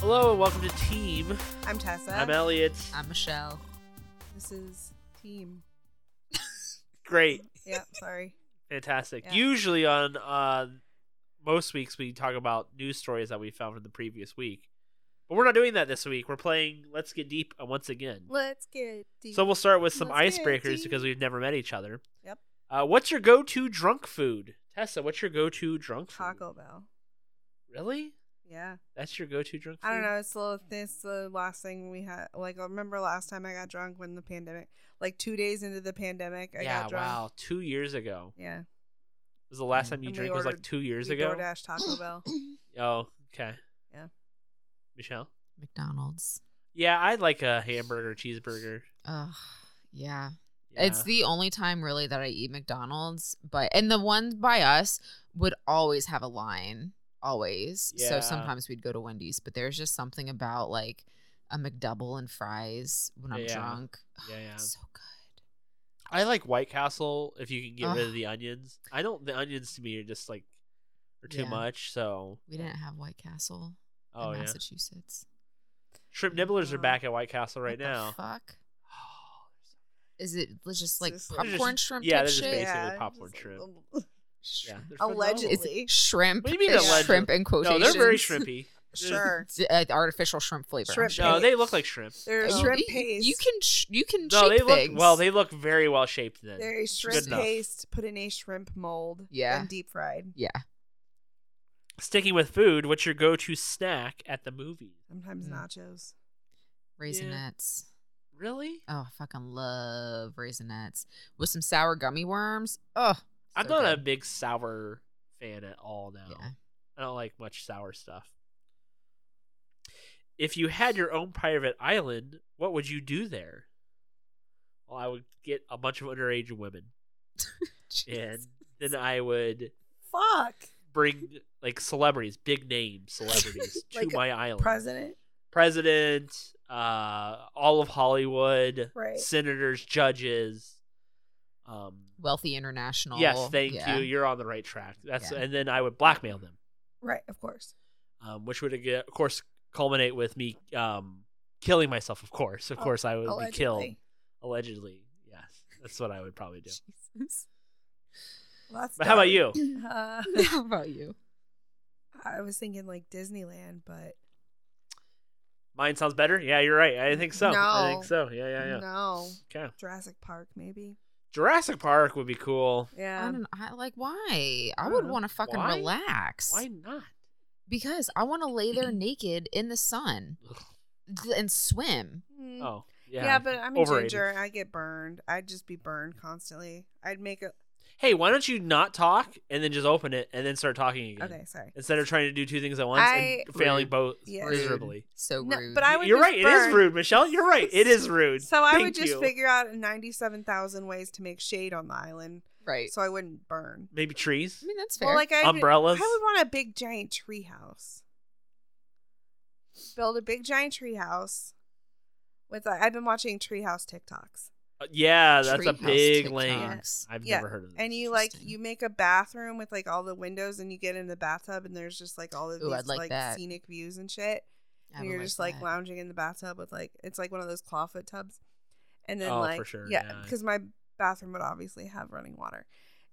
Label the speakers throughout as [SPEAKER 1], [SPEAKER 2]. [SPEAKER 1] Hello and welcome to Team.
[SPEAKER 2] I'm Tessa.
[SPEAKER 1] I'm Elliot.
[SPEAKER 3] I'm Michelle.
[SPEAKER 2] this is team.
[SPEAKER 1] Great.
[SPEAKER 2] Yeah, sorry.
[SPEAKER 1] Fantastic.
[SPEAKER 2] Yeah.
[SPEAKER 1] Usually on uh, most weeks we talk about news stories that we found from the previous week. But we're not doing that this week. We're playing Let's Get Deep uh, once again.
[SPEAKER 2] Let's get deep.
[SPEAKER 1] So we'll start with some
[SPEAKER 2] Let's get
[SPEAKER 1] icebreakers
[SPEAKER 2] deep.
[SPEAKER 1] because we've never met each other.
[SPEAKER 2] Yep.
[SPEAKER 1] Uh, what's your go-to drunk food? Tessa, what's your go-to drunk food?
[SPEAKER 2] Taco Bell.
[SPEAKER 1] Really?
[SPEAKER 2] Yeah.
[SPEAKER 1] That's your go-to drunk food?
[SPEAKER 2] I don't know. It's the, it's the last thing we had. Like, I remember last time I got drunk when the pandemic, like two days into the pandemic, I
[SPEAKER 1] yeah,
[SPEAKER 2] got drunk.
[SPEAKER 1] wow. Two years ago.
[SPEAKER 2] Yeah.
[SPEAKER 1] was the last time you
[SPEAKER 2] And we
[SPEAKER 1] drank was like
[SPEAKER 2] ordered-
[SPEAKER 1] two years
[SPEAKER 2] we
[SPEAKER 1] ago.
[SPEAKER 2] DoorDash Taco Bell.
[SPEAKER 1] Oh, okay.
[SPEAKER 2] Yeah.
[SPEAKER 1] Michelle?
[SPEAKER 3] McDonald's.
[SPEAKER 1] Yeah, I like a hamburger, cheeseburger.
[SPEAKER 3] Ugh. Yeah.
[SPEAKER 1] Yeah.
[SPEAKER 3] It's the only time really that I eat McDonald's, but and the one by us would always have a line. Always.
[SPEAKER 1] Yeah.
[SPEAKER 3] So sometimes we'd go to Wendy's, but there's just something about like a McDouble and fries when I'm
[SPEAKER 1] Yeah.
[SPEAKER 3] drunk.
[SPEAKER 1] Yeah,
[SPEAKER 3] Ugh,
[SPEAKER 1] yeah.
[SPEAKER 3] It's so good.
[SPEAKER 1] I like White Castle if you can get rid of
[SPEAKER 3] Ugh.
[SPEAKER 1] the onions. I don't. The onions to me are just like are too
[SPEAKER 3] Yeah.
[SPEAKER 1] much. So
[SPEAKER 3] We didn't have White Castle
[SPEAKER 1] oh
[SPEAKER 3] in
[SPEAKER 1] yeah,
[SPEAKER 3] Massachusetts.
[SPEAKER 1] shrimp nibblers are
[SPEAKER 2] Oh.
[SPEAKER 1] back at White Castle right
[SPEAKER 3] What the
[SPEAKER 1] now.
[SPEAKER 3] fuck. Is it just like
[SPEAKER 2] It's just like-
[SPEAKER 1] They're just-
[SPEAKER 3] popcorn shrimp
[SPEAKER 1] yeah,
[SPEAKER 3] type
[SPEAKER 1] they're just
[SPEAKER 3] shit?
[SPEAKER 1] basically
[SPEAKER 2] yeah.
[SPEAKER 1] popcorn
[SPEAKER 2] Just
[SPEAKER 1] shrimp.
[SPEAKER 2] little-
[SPEAKER 1] Yeah, they're
[SPEAKER 2] Allegedly.
[SPEAKER 1] phenomenal.
[SPEAKER 3] Is it shrimp?
[SPEAKER 1] What do you mean
[SPEAKER 3] Is
[SPEAKER 2] allegedly?
[SPEAKER 3] shrimp in
[SPEAKER 1] No,
[SPEAKER 3] quotations?
[SPEAKER 1] they're very shrimpy.
[SPEAKER 2] Sure.
[SPEAKER 3] It's, uh, artificial shrimp flavor.
[SPEAKER 2] Shrimp
[SPEAKER 1] No,
[SPEAKER 2] Paste.
[SPEAKER 1] they look like shrimp.
[SPEAKER 2] There's
[SPEAKER 3] Oh, You-
[SPEAKER 2] shrimp
[SPEAKER 3] you-
[SPEAKER 2] paste.
[SPEAKER 3] You can sh- you can
[SPEAKER 1] No, they
[SPEAKER 3] shape
[SPEAKER 1] look
[SPEAKER 3] things.
[SPEAKER 1] well. They look very well shaped. Then
[SPEAKER 2] There is
[SPEAKER 1] Good
[SPEAKER 2] shrimp
[SPEAKER 1] enough.
[SPEAKER 2] paste put in a shrimp mold.
[SPEAKER 3] Yeah.
[SPEAKER 2] And deep fried.
[SPEAKER 3] yeah.
[SPEAKER 1] Sticking with food, what's your go-to snack at the movie?
[SPEAKER 2] Sometimes
[SPEAKER 3] Mm.
[SPEAKER 2] nachos.
[SPEAKER 3] Raisinets.
[SPEAKER 1] Really?
[SPEAKER 3] Oh, I fucking love raisinets with some sour gummy worms. Oh,
[SPEAKER 1] I'm not a big sour fan at all now.
[SPEAKER 3] Yeah.
[SPEAKER 1] I don't like much sour stuff. If you had your own private island, what would you do there? Well, I would get a bunch of underage women, and then I would
[SPEAKER 2] Fuck.
[SPEAKER 1] bring like celebrities, big name celebrities, to
[SPEAKER 2] Like
[SPEAKER 1] my island.
[SPEAKER 2] President.
[SPEAKER 1] President, uh, all of Hollywood,
[SPEAKER 2] Right.
[SPEAKER 1] senators, judges. Um,
[SPEAKER 3] wealthy international.
[SPEAKER 1] yes, thank
[SPEAKER 3] Yeah.
[SPEAKER 1] you. You're on the right track. That's
[SPEAKER 3] Yeah.
[SPEAKER 1] and then I would blackmail them.
[SPEAKER 2] Right, of course.
[SPEAKER 1] um, which would of course culminate with me um, killing myself. Of course, of
[SPEAKER 2] Oh,
[SPEAKER 1] course, I would be killed
[SPEAKER 2] Allegedly.
[SPEAKER 1] allegedly. Yes, that's what I would probably do.
[SPEAKER 3] Jesus.
[SPEAKER 2] Well, that's
[SPEAKER 1] But how about
[SPEAKER 2] dumb.
[SPEAKER 1] you?
[SPEAKER 2] Uh,
[SPEAKER 3] How about you?
[SPEAKER 2] I was thinking like Disneyland, but
[SPEAKER 1] Mine sounds better. Yeah, you're right. I think so. I
[SPEAKER 2] No.
[SPEAKER 1] think so. Yeah, yeah, yeah.
[SPEAKER 2] no.
[SPEAKER 1] Okay.
[SPEAKER 2] Jurassic Park, maybe.
[SPEAKER 1] Jurassic Park would be cool.
[SPEAKER 3] I
[SPEAKER 2] Yeah.
[SPEAKER 3] don't. I like why. I
[SPEAKER 1] don't
[SPEAKER 3] would
[SPEAKER 1] know.
[SPEAKER 3] want to fucking
[SPEAKER 1] uh, Why?
[SPEAKER 3] relax.
[SPEAKER 1] Why not?
[SPEAKER 3] Because I want to lay there naked in the sun and swim.
[SPEAKER 2] Mm.
[SPEAKER 1] Oh, yeah.
[SPEAKER 2] yeah. but I'm a
[SPEAKER 1] Overrated.
[SPEAKER 2] ginger. I get burned. I'd just be burned constantly. I'd make a.
[SPEAKER 1] hey, why don't you not talk and then just open it and then start talking again
[SPEAKER 2] Okay, sorry.
[SPEAKER 1] instead of trying to do two things at once
[SPEAKER 2] I-
[SPEAKER 1] and failing
[SPEAKER 3] Rude.
[SPEAKER 1] both
[SPEAKER 2] Yes.
[SPEAKER 1] miserably?
[SPEAKER 3] So
[SPEAKER 2] No,
[SPEAKER 3] rude.
[SPEAKER 2] but I would
[SPEAKER 1] You're
[SPEAKER 2] just
[SPEAKER 1] right. It is
[SPEAKER 2] burn.
[SPEAKER 1] rude, Michelle. You're right. It is rude.
[SPEAKER 2] So I would
[SPEAKER 1] Thank
[SPEAKER 2] just
[SPEAKER 1] you.
[SPEAKER 2] figure out 97,000 ways to make shade on the island
[SPEAKER 3] right.
[SPEAKER 2] so I wouldn't burn.
[SPEAKER 1] maybe trees.
[SPEAKER 3] I mean that's fair.
[SPEAKER 2] Well, like I
[SPEAKER 1] Umbrellas.
[SPEAKER 2] I would want a big giant tree house. Build a big giant tree house. With i I've been watching treehouse TikToks,
[SPEAKER 1] Uh, Yeah, that's a
[SPEAKER 3] Treehouse
[SPEAKER 1] big
[SPEAKER 3] TikTok.
[SPEAKER 1] lane.
[SPEAKER 2] Yeah.
[SPEAKER 1] I've
[SPEAKER 2] Yeah,
[SPEAKER 1] never heard of this.
[SPEAKER 2] and you like
[SPEAKER 3] Interesting.
[SPEAKER 2] you make a bathroom with like all the windows, and you get in the bathtub, and there's just like all of
[SPEAKER 3] Ooh, I'd
[SPEAKER 2] these
[SPEAKER 3] like
[SPEAKER 2] like
[SPEAKER 3] that.
[SPEAKER 2] scenic views and shit.
[SPEAKER 3] I
[SPEAKER 2] and
[SPEAKER 3] would
[SPEAKER 2] you're just like
[SPEAKER 3] that.
[SPEAKER 2] lounging in the bathtub with like it's like one of those clawfoot tubs, and then
[SPEAKER 1] Oh, for
[SPEAKER 2] like
[SPEAKER 1] sure,
[SPEAKER 2] yeah,
[SPEAKER 1] yeah.
[SPEAKER 2] because my bathroom would obviously have running water,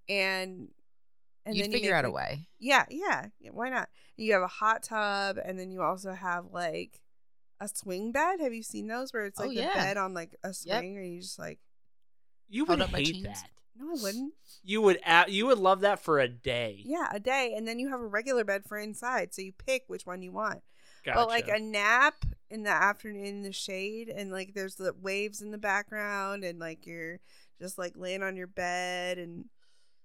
[SPEAKER 2] and and
[SPEAKER 3] You'd
[SPEAKER 2] then you
[SPEAKER 3] figure
[SPEAKER 2] make,
[SPEAKER 3] out a
[SPEAKER 2] like-
[SPEAKER 3] way.
[SPEAKER 2] Yeah, yeah, yeah, why not? You have a hot tub, and then you also have like a swing bed. Have you seen those where it's
[SPEAKER 3] Oh,
[SPEAKER 2] like
[SPEAKER 3] yeah.
[SPEAKER 2] the bed on like a swing, or you just like
[SPEAKER 1] you
[SPEAKER 3] Hold
[SPEAKER 1] would
[SPEAKER 3] up my
[SPEAKER 1] hate
[SPEAKER 3] jeans.
[SPEAKER 1] that.
[SPEAKER 2] no, I wouldn't.
[SPEAKER 1] You would a- you would love that for a day.
[SPEAKER 2] Yeah, a day, and then you have a regular bed for inside, so you pick which one you want.
[SPEAKER 1] gotcha.
[SPEAKER 2] But like a nap in the afternoon in the shade, and like there's the waves in the background, and like you're just like laying on your bed, and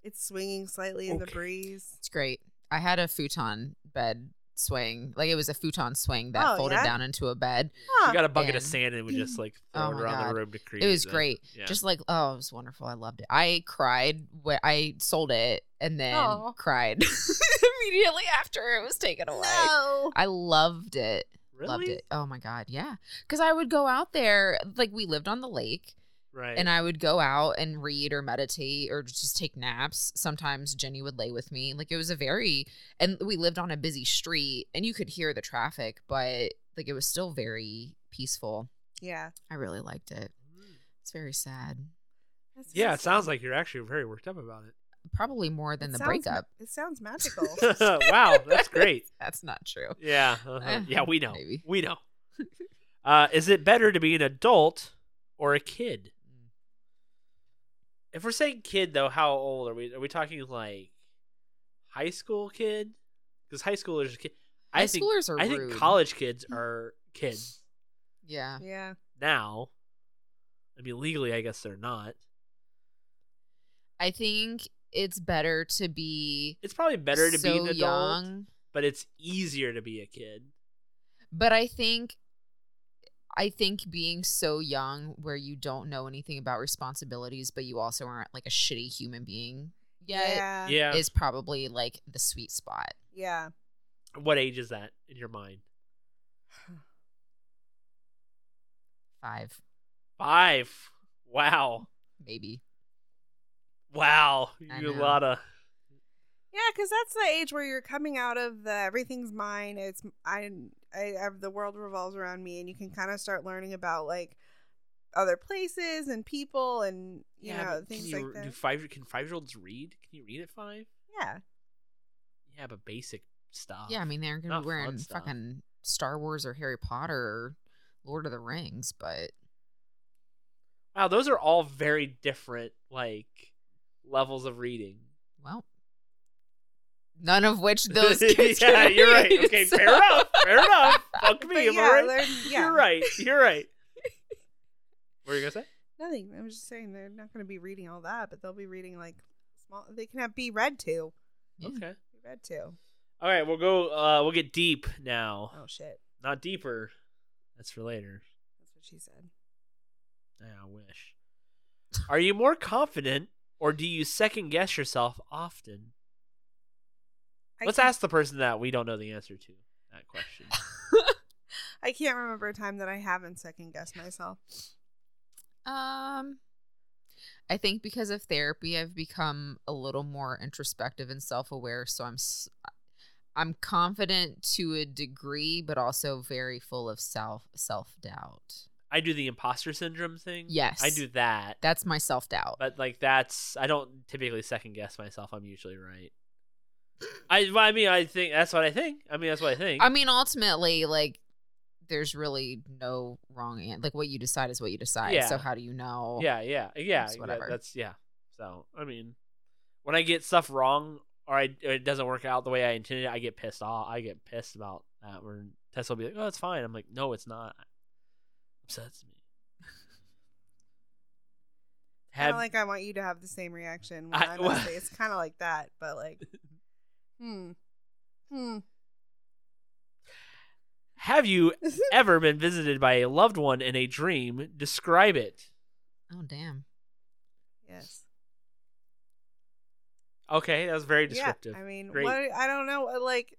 [SPEAKER 2] it's swinging slightly in the
[SPEAKER 1] Okay.
[SPEAKER 2] breeze.
[SPEAKER 3] It's great. I had a futon bed swing. Like it was a futon swing that
[SPEAKER 2] Oh,
[SPEAKER 3] folded
[SPEAKER 2] yeah?
[SPEAKER 3] down into a bed.
[SPEAKER 1] you
[SPEAKER 2] Huh.
[SPEAKER 1] got a bucket of
[SPEAKER 3] Yeah.
[SPEAKER 1] sand and would just like throw
[SPEAKER 3] Oh
[SPEAKER 1] it
[SPEAKER 3] my
[SPEAKER 1] around the
[SPEAKER 3] God.
[SPEAKER 1] room to create.
[SPEAKER 3] It was
[SPEAKER 1] the-
[SPEAKER 3] great.
[SPEAKER 1] yeah.
[SPEAKER 3] Just like oh, it was wonderful. I loved it. I cried. When I sold it and then
[SPEAKER 2] Oh.
[SPEAKER 3] cried immediately after it was taken away.
[SPEAKER 2] No.
[SPEAKER 3] I loved it.
[SPEAKER 1] really?
[SPEAKER 3] Loved it. Oh my god, yeah. Because I would go out there. Like we lived on the lake,
[SPEAKER 1] Right.
[SPEAKER 3] and I would go out and read or meditate or just take naps. Sometimes Jenny would lay with me. Like it was a very and we lived on a busy street and you could hear the traffic, but Like it was still very peaceful.
[SPEAKER 2] Yeah.
[SPEAKER 3] I really liked it. It's very sad.
[SPEAKER 2] That's
[SPEAKER 1] Hmm. Yeah, it
[SPEAKER 2] awesome.
[SPEAKER 1] sounds like you're actually very worked up about
[SPEAKER 3] Probably more than
[SPEAKER 2] It
[SPEAKER 3] the
[SPEAKER 2] sounds ma-
[SPEAKER 3] breakup.
[SPEAKER 2] It sounds magical.
[SPEAKER 1] it. wow, that's great.
[SPEAKER 3] That's not true.
[SPEAKER 1] Yeah, uh-huh. yeah, we know.
[SPEAKER 3] Maybe.
[SPEAKER 1] We know. Uh, is it better to be an adult or a kid? If we're saying kid, though, how old are we? Are we talking like high school kid? Because high schoolers, are kid.
[SPEAKER 3] High
[SPEAKER 1] I think
[SPEAKER 3] schoolers are
[SPEAKER 1] I
[SPEAKER 3] rude.
[SPEAKER 1] think college kids are kids
[SPEAKER 3] Yeah.
[SPEAKER 2] yeah.
[SPEAKER 1] now. I mean, legally, I guess they're not.
[SPEAKER 3] I think it's better to be
[SPEAKER 1] It's probably better to
[SPEAKER 3] so
[SPEAKER 1] be an adult,
[SPEAKER 3] young.
[SPEAKER 1] but it's easier to be a kid.
[SPEAKER 3] But I think I think being so young where you don't know anything about responsibilities but you also aren't like a shitty human being yet
[SPEAKER 2] Yeah. Yeah.
[SPEAKER 1] Yeah.
[SPEAKER 3] is probably like the sweet spot.
[SPEAKER 1] what age is that in your mind?
[SPEAKER 3] Five,
[SPEAKER 1] Five. Wow.
[SPEAKER 3] maybe.
[SPEAKER 1] Wow.
[SPEAKER 3] I
[SPEAKER 1] You a
[SPEAKER 3] know.
[SPEAKER 1] lot of.
[SPEAKER 2] Yeah, because that's the age where you're coming out of the everything's mine. It's I, I, I the world revolves around me, and you can kind of start learning about like other places and people, and you know
[SPEAKER 1] but
[SPEAKER 2] things
[SPEAKER 1] can you,
[SPEAKER 2] like that.
[SPEAKER 1] Do five? Can five year olds read? Can you read at five?
[SPEAKER 2] yeah,
[SPEAKER 1] Yeah, but basic stuff.
[SPEAKER 3] Yeah, I mean they're gonna
[SPEAKER 1] Not
[SPEAKER 3] be
[SPEAKER 1] fun
[SPEAKER 3] wearing
[SPEAKER 1] stuff.
[SPEAKER 3] fucking Star Wars or Harry Potter or Lord of the Rings, but
[SPEAKER 1] Wow, those are all very different like levels of reading.
[SPEAKER 3] well none of which those kids
[SPEAKER 1] yeah,
[SPEAKER 3] can
[SPEAKER 1] you're right.
[SPEAKER 3] read,
[SPEAKER 1] Okay,
[SPEAKER 3] so-
[SPEAKER 1] fair enough. Fair enough. Fuck me.
[SPEAKER 2] But
[SPEAKER 1] am
[SPEAKER 2] yeah,
[SPEAKER 1] I right?
[SPEAKER 2] learn- yeah.
[SPEAKER 1] You're right. You're right. what are you gonna say?
[SPEAKER 2] Nothing. I was just saying they're not going to be reading all that, but they'll be reading like small. They can have be read to.
[SPEAKER 3] Yeah.
[SPEAKER 1] Okay.
[SPEAKER 2] Be read to.
[SPEAKER 1] All right, we'll go. Uh, we'll get deep now.
[SPEAKER 2] Oh shit,
[SPEAKER 1] Not deeper. That's for later.
[SPEAKER 2] that's what she said.
[SPEAKER 1] I wish. Are you more confident, or do you second guess yourself often?
[SPEAKER 2] I
[SPEAKER 1] Let's
[SPEAKER 2] can't-
[SPEAKER 1] ask the person that we don't know the answer to that question.
[SPEAKER 2] I can't remember a time that I haven't second guessed myself.
[SPEAKER 3] Um, I think because of therapy, I've become a little more introspective and self-aware. So I'm, s- I'm confident to a degree, but also very full of self self-doubt.
[SPEAKER 1] I do the imposter syndrome thing.
[SPEAKER 3] Yes.
[SPEAKER 1] I do that.
[SPEAKER 3] That's my self-doubt.
[SPEAKER 1] But like that's I don't typically second guess myself. I'm usually right. I well, I mean I think that's what I think. I mean that's what I think.
[SPEAKER 3] I mean, ultimately, like, there's really no wrong answer. Like, what you decide is what you decide.
[SPEAKER 1] Yeah.
[SPEAKER 3] So how do you know?
[SPEAKER 1] yeah, yeah, yeah,
[SPEAKER 3] It's
[SPEAKER 1] yeah,
[SPEAKER 3] whatever.
[SPEAKER 1] That's yeah. So I mean, when I get stuff wrong or I or it doesn't work out the way I intended, I get pissed off. I get pissed about that. Where Tessa will be like, "Oh, it's fine." I'm like, "No, it's not." Upsets me.
[SPEAKER 2] Kind
[SPEAKER 1] Have
[SPEAKER 2] of like I want you to have the same reaction. When
[SPEAKER 1] I-
[SPEAKER 2] I,
[SPEAKER 1] well-
[SPEAKER 2] honestly, it's kind of like that, but like, hmm, hmm.
[SPEAKER 1] Have you ever been visited by a loved one in a dream? Describe it.
[SPEAKER 3] Oh damn.
[SPEAKER 2] yes.
[SPEAKER 1] Okay, that was very
[SPEAKER 2] Yeah.
[SPEAKER 1] descriptive.
[SPEAKER 2] I mean,
[SPEAKER 1] Great.
[SPEAKER 2] what? I don't know. uh, Like,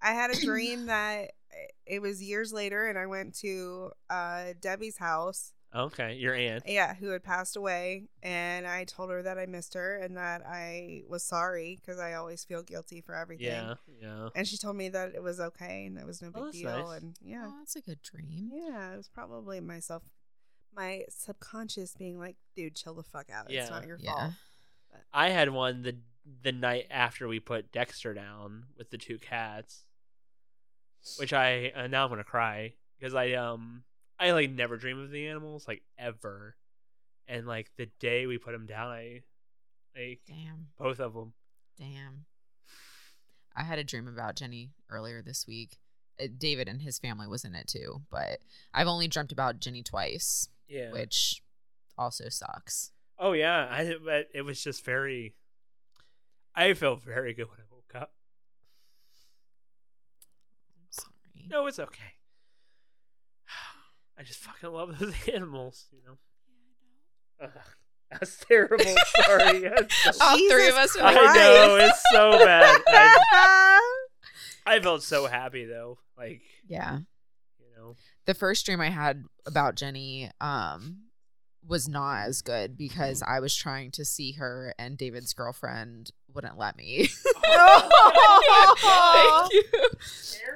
[SPEAKER 2] I had a dream that eh, it was years later, and I went to uh, Debbie's house.
[SPEAKER 1] Okay, your aunt.
[SPEAKER 2] Yeah, who had passed away, and I told her that I missed her and that I was sorry because I always feel guilty for everything.
[SPEAKER 1] Yeah, yeah.
[SPEAKER 2] And she told me that it was okay and it was no big
[SPEAKER 1] Oh, that's
[SPEAKER 2] deal.
[SPEAKER 1] nice.
[SPEAKER 2] And yeah.
[SPEAKER 3] Oh, that's a good dream.
[SPEAKER 2] Yeah, it was probably myself, my subconscious being like, "Dude, chill the fuck out.
[SPEAKER 1] Yeah.
[SPEAKER 2] It's not your
[SPEAKER 3] Yeah.
[SPEAKER 2] fault."
[SPEAKER 1] I had one the the night after we put Dexter down with the two cats, which I uh, now I'm gonna cry because I um I like never dream of the animals like ever, and like the day we put him down, I like
[SPEAKER 3] Damn.
[SPEAKER 1] both of them.
[SPEAKER 3] Damn. I had a dream about Jenny earlier this week. Uh, David and his family was in it too, but I've only dreamt about Jenny twice,
[SPEAKER 1] Yeah.
[SPEAKER 3] which also sucks.
[SPEAKER 1] Oh yeah, I but it was just very. I felt very good when I woke up.
[SPEAKER 3] I'm sorry.
[SPEAKER 1] No, it's okay. I just fucking love those animals, you know. Ugh, that's terrible. Sorry. That's so-
[SPEAKER 3] All
[SPEAKER 2] Jesus
[SPEAKER 3] three of us were
[SPEAKER 1] I
[SPEAKER 3] like,
[SPEAKER 2] Christ.
[SPEAKER 1] know it's so bad. I, I felt so happy though, like
[SPEAKER 3] yeah.
[SPEAKER 1] you know.
[SPEAKER 3] The first dream I had about Jenny um was not as good because I was trying to see her and David's girlfriend wouldn't let me.
[SPEAKER 2] Oh.
[SPEAKER 3] Thank you.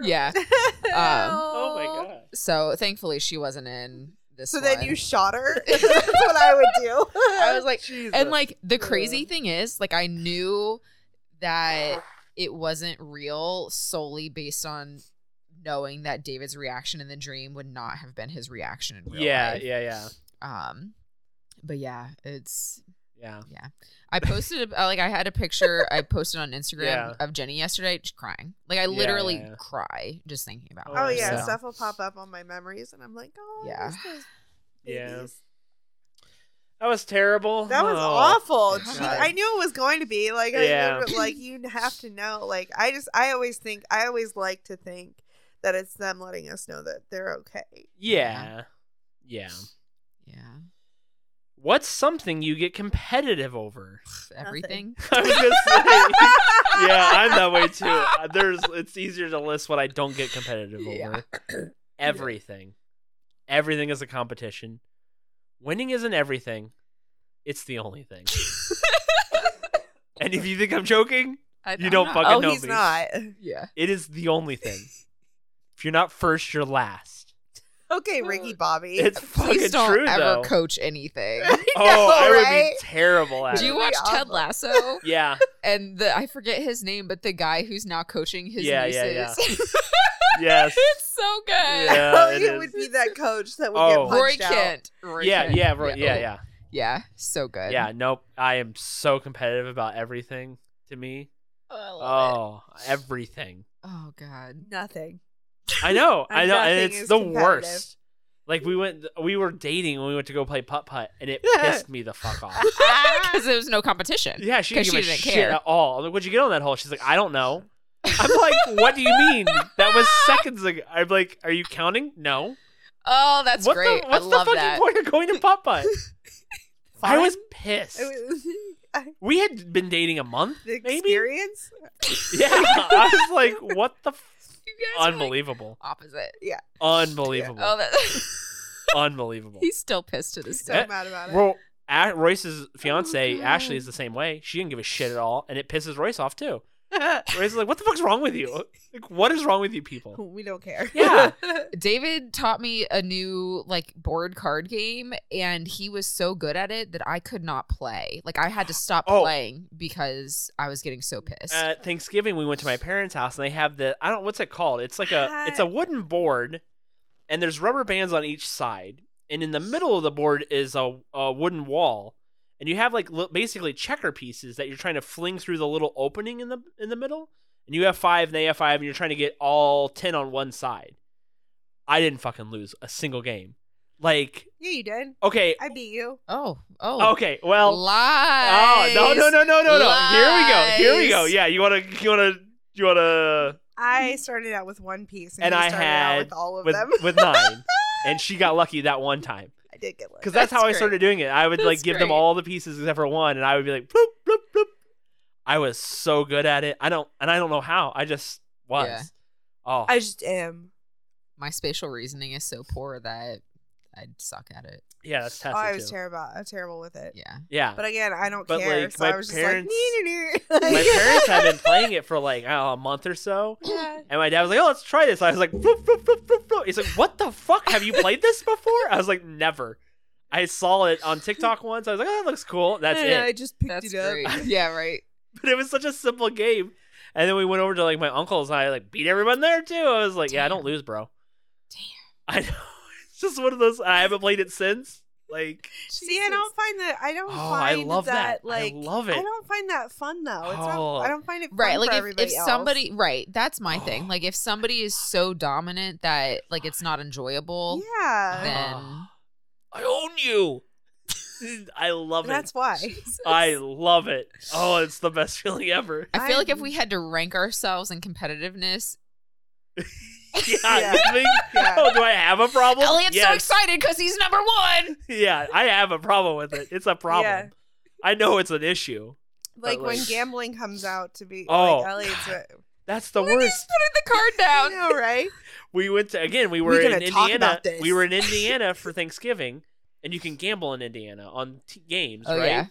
[SPEAKER 3] Yeah.
[SPEAKER 1] Oh my god.
[SPEAKER 3] So thankfully she wasn't in this.
[SPEAKER 2] So then
[SPEAKER 3] one.
[SPEAKER 2] you shot her. That's what I would do.
[SPEAKER 3] I was like,
[SPEAKER 2] Jesus.
[SPEAKER 3] and like the crazy
[SPEAKER 2] Yeah.
[SPEAKER 3] thing is, like I knew that it wasn't real solely based on knowing that David's reaction in the dream would not have been his reaction in real
[SPEAKER 1] Yeah,
[SPEAKER 3] life.
[SPEAKER 1] yeah, yeah,
[SPEAKER 3] Um, but yeah, it's
[SPEAKER 1] yeah.
[SPEAKER 3] I posted a- like I had a picture I posted on Instagram
[SPEAKER 1] Yeah.
[SPEAKER 3] of Jenny yesterday just crying. Like I
[SPEAKER 1] yeah,
[SPEAKER 3] literally
[SPEAKER 1] yeah.
[SPEAKER 3] cry just thinking about
[SPEAKER 1] Oh,
[SPEAKER 2] oh
[SPEAKER 3] it.
[SPEAKER 2] yeah,
[SPEAKER 1] So-
[SPEAKER 2] stuff will pop up on my memories, and I'm like, oh
[SPEAKER 3] Yeah.
[SPEAKER 2] yeah,
[SPEAKER 1] Yeah. That was terrible.
[SPEAKER 2] That was
[SPEAKER 1] Oh.
[SPEAKER 2] awful.
[SPEAKER 3] God.
[SPEAKER 2] Gee, I knew it was going to be like I
[SPEAKER 1] Yeah.
[SPEAKER 2] knew, but, like you have to know. Like I just I always think I always like to think that it's them letting us know that they're okay.
[SPEAKER 1] Yeah. Yeah.
[SPEAKER 3] yeah,
[SPEAKER 1] What's something you get competitive over?
[SPEAKER 3] everything.
[SPEAKER 1] I was gonna say, yeah, I'm that way too. Uh, There's, it's easier to list what I don't get competitive over.
[SPEAKER 3] Yeah.
[SPEAKER 1] Everything, everything is a competition. Winning isn't everything; it's the only thing. and if you think I'm joking,
[SPEAKER 3] I-
[SPEAKER 1] You
[SPEAKER 3] I'm
[SPEAKER 1] don't
[SPEAKER 3] not-
[SPEAKER 1] fucking-
[SPEAKER 2] Oh,
[SPEAKER 1] know
[SPEAKER 2] he's
[SPEAKER 1] me.
[SPEAKER 2] not.
[SPEAKER 3] Uh, Yeah,
[SPEAKER 1] it is the only thing. if you're not first, you're last.
[SPEAKER 2] Okay,
[SPEAKER 3] Oh.
[SPEAKER 2] Ricky Bobby.
[SPEAKER 1] It's fucking
[SPEAKER 3] please don't
[SPEAKER 1] true
[SPEAKER 3] ever
[SPEAKER 1] though.
[SPEAKER 3] coach anything.
[SPEAKER 1] oh,
[SPEAKER 2] No,
[SPEAKER 1] I would
[SPEAKER 2] right?
[SPEAKER 1] be terrible at
[SPEAKER 3] Do
[SPEAKER 1] it.
[SPEAKER 3] you
[SPEAKER 2] That'd be
[SPEAKER 3] watch Ted
[SPEAKER 2] awful.
[SPEAKER 3] Lasso?
[SPEAKER 1] yeah,
[SPEAKER 3] And the I forget his name, but the guy who's now coaching his
[SPEAKER 1] Yeah, yeah, yeah.
[SPEAKER 3] nieces.
[SPEAKER 1] yes.
[SPEAKER 3] it's so good.
[SPEAKER 1] Yeah.
[SPEAKER 2] oh,
[SPEAKER 1] it
[SPEAKER 2] it,
[SPEAKER 1] is.
[SPEAKER 2] would be that coach that would
[SPEAKER 1] Oh.
[SPEAKER 2] get punched
[SPEAKER 3] Roy
[SPEAKER 2] out.
[SPEAKER 3] Kent. Roy
[SPEAKER 1] Yeah,
[SPEAKER 3] Kent.
[SPEAKER 1] yeah, Roy, yeah,
[SPEAKER 3] oh,
[SPEAKER 1] yeah.
[SPEAKER 3] yeah. So good.
[SPEAKER 1] Yeah, nope. I am so competitive about everything to me.
[SPEAKER 3] Oh, I love it.
[SPEAKER 1] Oh, everything.
[SPEAKER 3] oh god.
[SPEAKER 2] Nothing.
[SPEAKER 1] I know. I
[SPEAKER 2] And
[SPEAKER 1] know. And
[SPEAKER 2] nothing
[SPEAKER 1] it's
[SPEAKER 2] is
[SPEAKER 1] the
[SPEAKER 2] competitive.
[SPEAKER 1] worst. Like we went we were dating when we went to go play putt putt and it pissed me the fuck off.
[SPEAKER 3] because there was no competition.
[SPEAKER 1] Yeah, she didn't
[SPEAKER 3] 'Cause
[SPEAKER 1] give
[SPEAKER 3] she
[SPEAKER 1] a
[SPEAKER 3] didn't
[SPEAKER 1] shit
[SPEAKER 3] care.
[SPEAKER 1] at all. I'm like, what'd you get on that hole? She's like, I don't know. I'm like, what do you mean? That was seconds ago. I'm like, are you counting? No.
[SPEAKER 3] Oh, that's
[SPEAKER 1] what
[SPEAKER 3] great.
[SPEAKER 1] The, what's
[SPEAKER 3] I
[SPEAKER 1] the
[SPEAKER 3] love
[SPEAKER 1] fucking
[SPEAKER 3] that.
[SPEAKER 1] point of going to putt putt? I was
[SPEAKER 2] Fine.
[SPEAKER 1] pissed.
[SPEAKER 2] It was- I-
[SPEAKER 1] we had been dating a month,
[SPEAKER 2] the
[SPEAKER 1] maybe.
[SPEAKER 2] experience.
[SPEAKER 1] Yeah, I was like, what the f-
[SPEAKER 3] You guys are, like,
[SPEAKER 1] unbelievable,
[SPEAKER 3] opposite.
[SPEAKER 1] unbelievable,
[SPEAKER 3] Oh, that. Oh.
[SPEAKER 1] unbelievable.
[SPEAKER 3] He's still pissed to this
[SPEAKER 2] So
[SPEAKER 3] day.
[SPEAKER 1] Eh,
[SPEAKER 2] mad about it.
[SPEAKER 1] Well, A- Royce's fiance
[SPEAKER 3] Oh, God.
[SPEAKER 1] Ashley is the same way. She didn't give a shit at all, and it pisses Royce off too. Royce is like, "What the fuck's wrong with you? Like, what is wrong with you people?"
[SPEAKER 2] we don't care.
[SPEAKER 1] Yeah.
[SPEAKER 3] David taught me a new like board card game, and he was so good at it that I could not play. Like I had to stop
[SPEAKER 1] Oh. Uh,
[SPEAKER 3] playing because I was getting so pissed.
[SPEAKER 1] At Thanksgiving, we went to my parents' house, and they have the I don't what's it called. It's like a it's a wooden board, and there's rubber bands on each side, and in the middle of the board is a, a wooden wall, and you have like li- basically checker pieces that you're trying to fling through the little opening in the in the middle, and you have five, and they have five, and you're trying to get all ten on one side. I didn't fucking lose a single game. Like
[SPEAKER 2] yeah, you did.
[SPEAKER 1] okay,
[SPEAKER 2] I beat you.
[SPEAKER 3] oh, oh,
[SPEAKER 1] okay, well, oh
[SPEAKER 3] lies.
[SPEAKER 1] no no no no no no. Here we go, here we go.
[SPEAKER 3] Lies.
[SPEAKER 1] Yeah, you wanna you wanna you wanna
[SPEAKER 2] I started out with one piece, and,
[SPEAKER 1] Mm-hmm. And
[SPEAKER 2] you
[SPEAKER 1] I
[SPEAKER 2] started
[SPEAKER 1] had
[SPEAKER 2] out with all of
[SPEAKER 1] with
[SPEAKER 2] them.
[SPEAKER 1] with nine, and she got lucky that one time.
[SPEAKER 2] I did get lucky.
[SPEAKER 1] because that's,
[SPEAKER 3] That's
[SPEAKER 1] how I
[SPEAKER 3] great.
[SPEAKER 1] started doing it. I would like
[SPEAKER 3] That's
[SPEAKER 1] give them
[SPEAKER 3] great.
[SPEAKER 1] all the pieces except for one, and I would be like bloop bloop bloop. I was so good at it. I don't, and I don't know how. I just was.
[SPEAKER 3] Yeah.
[SPEAKER 1] Oh,
[SPEAKER 2] I just am.
[SPEAKER 3] My spatial reasoning is so poor that I suck at it.
[SPEAKER 1] yeah, that's
[SPEAKER 2] Oh,
[SPEAKER 1] Tessa
[SPEAKER 2] I was
[SPEAKER 1] too.
[SPEAKER 2] terrible. I'm terrible with it.
[SPEAKER 3] Yeah.
[SPEAKER 1] Yeah,
[SPEAKER 2] But again, I don't
[SPEAKER 1] But,
[SPEAKER 2] care.
[SPEAKER 1] like,
[SPEAKER 2] so
[SPEAKER 1] my
[SPEAKER 2] I was
[SPEAKER 1] parents-
[SPEAKER 2] just like,
[SPEAKER 1] my parents had been playing it for like I don't know, a month or so,
[SPEAKER 2] Yeah.
[SPEAKER 1] and my dad was like, "Oh, let's try this." I was like, bloop, bloop, bloop, bloop, bloop. "He's like, what the fuck? Have you played this before?" I was like, "Never." I saw it on TikTok once. I was like, "Oh, that looks cool." That's
[SPEAKER 2] And
[SPEAKER 1] it.
[SPEAKER 2] I just picked
[SPEAKER 3] That's
[SPEAKER 2] it up.
[SPEAKER 3] great. yeah, right.
[SPEAKER 1] but it was such a simple game. And then we went over to like my uncle's and I like beat everyone there too. I was like, yeah, I don't
[SPEAKER 3] Damn.
[SPEAKER 1] lose, bro.
[SPEAKER 3] Damn.
[SPEAKER 1] I know. It's just one of those I haven't played it since. Like
[SPEAKER 2] See, I don't find that. I don't
[SPEAKER 1] Oh, I
[SPEAKER 2] find
[SPEAKER 1] love that. I
[SPEAKER 2] Like,
[SPEAKER 1] love it.
[SPEAKER 2] I don't find that fun though. It's
[SPEAKER 1] Oh.
[SPEAKER 2] not. I don't find it fun
[SPEAKER 3] right
[SPEAKER 2] For
[SPEAKER 3] like if,
[SPEAKER 2] everybody
[SPEAKER 3] if
[SPEAKER 2] else.
[SPEAKER 3] somebody right that's my thing
[SPEAKER 1] Oh,
[SPEAKER 3] like if somebody is so dominant that like it's not enjoyable
[SPEAKER 2] Yeah.
[SPEAKER 3] then
[SPEAKER 1] I own you. I love
[SPEAKER 2] That's
[SPEAKER 1] it.
[SPEAKER 2] why.
[SPEAKER 1] I love it. Oh, it's the best feeling ever.
[SPEAKER 3] i feel like if
[SPEAKER 2] I'm-
[SPEAKER 3] we had to rank ourselves in competitiveness
[SPEAKER 1] Yeah.
[SPEAKER 2] Yeah.
[SPEAKER 1] you think-
[SPEAKER 2] Yeah.
[SPEAKER 1] Oh, do I have a problem?
[SPEAKER 3] elliot's so
[SPEAKER 1] yes.
[SPEAKER 3] excited because he's number one
[SPEAKER 1] Yeah, I have a problem with it. It's a problem.
[SPEAKER 2] Yeah.
[SPEAKER 1] I know it's an issue.
[SPEAKER 2] Like when
[SPEAKER 1] like-
[SPEAKER 2] gambling comes out to be.
[SPEAKER 1] Oh,
[SPEAKER 2] like, Elliot's. A,
[SPEAKER 1] That's the
[SPEAKER 3] Look at
[SPEAKER 1] worst.
[SPEAKER 3] put the card
[SPEAKER 2] I
[SPEAKER 3] down
[SPEAKER 2] know, right?
[SPEAKER 1] we went to again we were
[SPEAKER 2] We
[SPEAKER 1] in
[SPEAKER 2] gotta talk
[SPEAKER 1] indiana
[SPEAKER 2] about this.
[SPEAKER 1] we were in indiana for thanksgiving and you can gamble in indiana on t- games
[SPEAKER 3] oh
[SPEAKER 1] right
[SPEAKER 3] yeah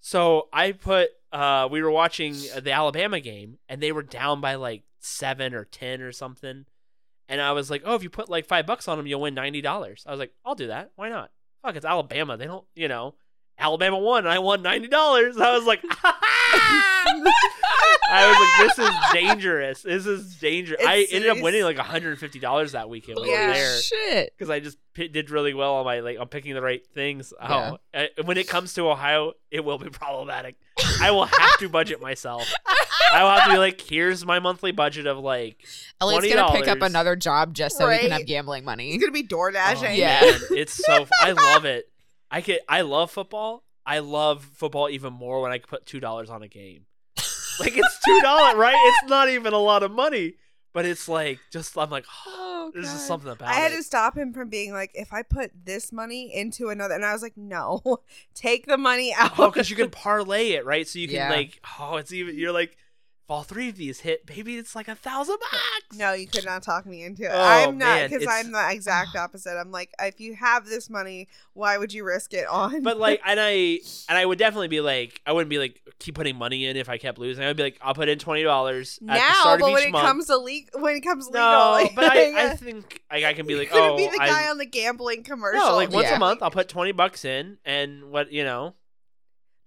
[SPEAKER 1] so i put uh, we were watching uh, the Alabama game, and they were down by like seven or ten or something. And I was like, "Oh, if you put like five bucks on them, you'll win ninety dollars." I was like, "I'll do that. Why not? Fuck, it's Alabama. They don't, you know, Alabama won. And I won ninety dollars." I was like, "I was like, this is dangerous. This is dangerous." I
[SPEAKER 2] It's-
[SPEAKER 1] ended up
[SPEAKER 2] it's-
[SPEAKER 1] winning like one hundred and fifty dollars that weekend. When
[SPEAKER 2] Yeah.
[SPEAKER 1] we were there
[SPEAKER 3] Shit.
[SPEAKER 1] because I just p- did really well on my like on picking the right things.
[SPEAKER 3] Yeah.
[SPEAKER 1] Oh, I- when it comes to Ohio, it will be problematic. I will have to budget myself. I will have to be like, here's my monthly budget of like,
[SPEAKER 3] Elliot's gonna pick up
[SPEAKER 1] $20.
[SPEAKER 3] another job just so we can
[SPEAKER 2] Right.
[SPEAKER 3] have gambling money.
[SPEAKER 2] He's gonna be door dashing.
[SPEAKER 1] oh,
[SPEAKER 3] Yeah.
[SPEAKER 1] man, it's so f- I love it. I could I love football. I love football even more when I put two dollars on a game. Like it's two dollars, right? It's not even a lot of money, but it's like just I'm like,
[SPEAKER 3] Oh,
[SPEAKER 1] there's just
[SPEAKER 3] God.
[SPEAKER 1] something about
[SPEAKER 2] I had
[SPEAKER 1] it.
[SPEAKER 2] to stop him from being like, if I put this money into another, and I was like, no, take the money out.
[SPEAKER 1] Oh, because you can parlay it, right? So you can
[SPEAKER 3] Yeah.
[SPEAKER 1] like, oh, it's even. You're like, if all three of these hit, baby, it's like a thousand bucks.
[SPEAKER 2] no, you could not talk me into it.
[SPEAKER 1] Oh,
[SPEAKER 2] I'm not
[SPEAKER 1] man,
[SPEAKER 2] because
[SPEAKER 1] it's-
[SPEAKER 2] I'm the exact opposite. I'm like, if you have this money, why would you risk it on?
[SPEAKER 1] But like, and I and I would definitely be like, I wouldn't be like keep putting money in if I kept losing. I would be like, I'll put in twenty dollars at the
[SPEAKER 2] now,
[SPEAKER 1] start
[SPEAKER 2] but
[SPEAKER 1] of
[SPEAKER 2] when
[SPEAKER 1] each
[SPEAKER 2] it
[SPEAKER 1] month.
[SPEAKER 2] comes to leak, when it comes legal,
[SPEAKER 1] no,
[SPEAKER 2] like,
[SPEAKER 1] but I, I
[SPEAKER 2] yeah.
[SPEAKER 1] think like, I can be
[SPEAKER 2] You
[SPEAKER 1] like,
[SPEAKER 2] couldn't
[SPEAKER 1] oh,
[SPEAKER 2] be the guy
[SPEAKER 1] I,
[SPEAKER 2] on the gambling commercial.
[SPEAKER 1] no, like once
[SPEAKER 3] Yeah.
[SPEAKER 1] a month, I'll put twenty bucks in, and what you know,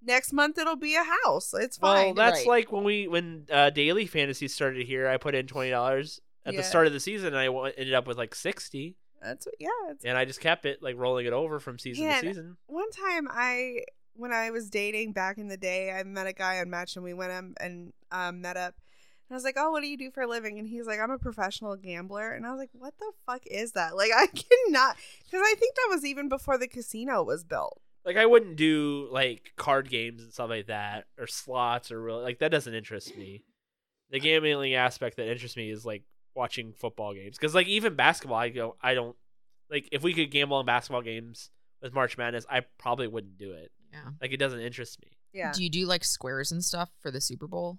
[SPEAKER 2] next month it'll be a house. It's
[SPEAKER 1] well,
[SPEAKER 2] fine.
[SPEAKER 1] that's
[SPEAKER 3] right.
[SPEAKER 1] like when we when uh, daily fantasy started here. I put in twenty dollars at
[SPEAKER 2] Yeah.
[SPEAKER 1] the start of the season, and I wa- ended up with like sixty.
[SPEAKER 2] that's yeah. It's
[SPEAKER 1] and I just kept it like rolling it over from season
[SPEAKER 2] Yeah,
[SPEAKER 1] to season.
[SPEAKER 2] one time I when I was dating back in the day, I met a guy on Match and we went um, and um, met up. And I was like, "Oh, what do you do for a living?" And he's like, "I'm a professional gambler." And I was like, "What the fuck is that?" Like, I cannot because I think that was even before the casino was built.
[SPEAKER 1] Like I wouldn't do like card games and stuff like that or slots or really like that doesn't interest me. The gambling aspect that interests me is like watching football games because like even basketball, I go I don't like if we could gamble on basketball games with March Madness, I probably wouldn't do it.
[SPEAKER 3] Yeah.
[SPEAKER 1] Like it doesn't interest me.
[SPEAKER 2] Yeah,
[SPEAKER 3] Do you do like squares and stuff for the Super Bowl?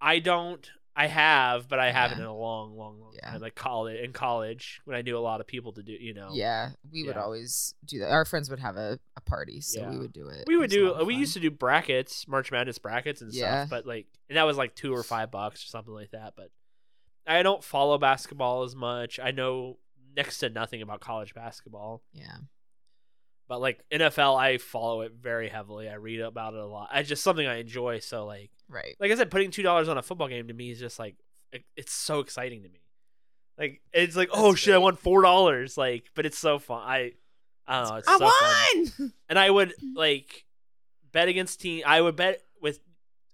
[SPEAKER 1] I don't. I have, but I haven't
[SPEAKER 3] Yeah.
[SPEAKER 1] in a long, long, long
[SPEAKER 3] Yeah.
[SPEAKER 1] time. Like college, in college, when I knew a lot of people to do, you know.
[SPEAKER 3] Yeah, we would
[SPEAKER 1] Yeah.
[SPEAKER 3] always do that. Our friends would have a, a party, so we
[SPEAKER 1] Yeah.
[SPEAKER 3] would do it.
[SPEAKER 1] we would do uh, we used to do brackets march madness brackets and
[SPEAKER 3] Yeah.
[SPEAKER 1] stuff but like and that was like two or five bucks or something like that but i don't follow basketball as much i know next to nothing about college basketball
[SPEAKER 3] Yeah,
[SPEAKER 1] but like nfl i follow it very heavily i read about it a lot it's just something i enjoy so like
[SPEAKER 3] right.
[SPEAKER 1] like i said putting two dollars on a football game to me is just like it- it's so exciting to me like it's like oh
[SPEAKER 3] That's
[SPEAKER 1] shit i
[SPEAKER 3] great.
[SPEAKER 1] won four dollars like but it's so fun i i don't know it's so
[SPEAKER 2] I
[SPEAKER 1] fun
[SPEAKER 2] won.
[SPEAKER 1] and I would
[SPEAKER 2] Mm-hmm.
[SPEAKER 1] like bet against team. I would bet with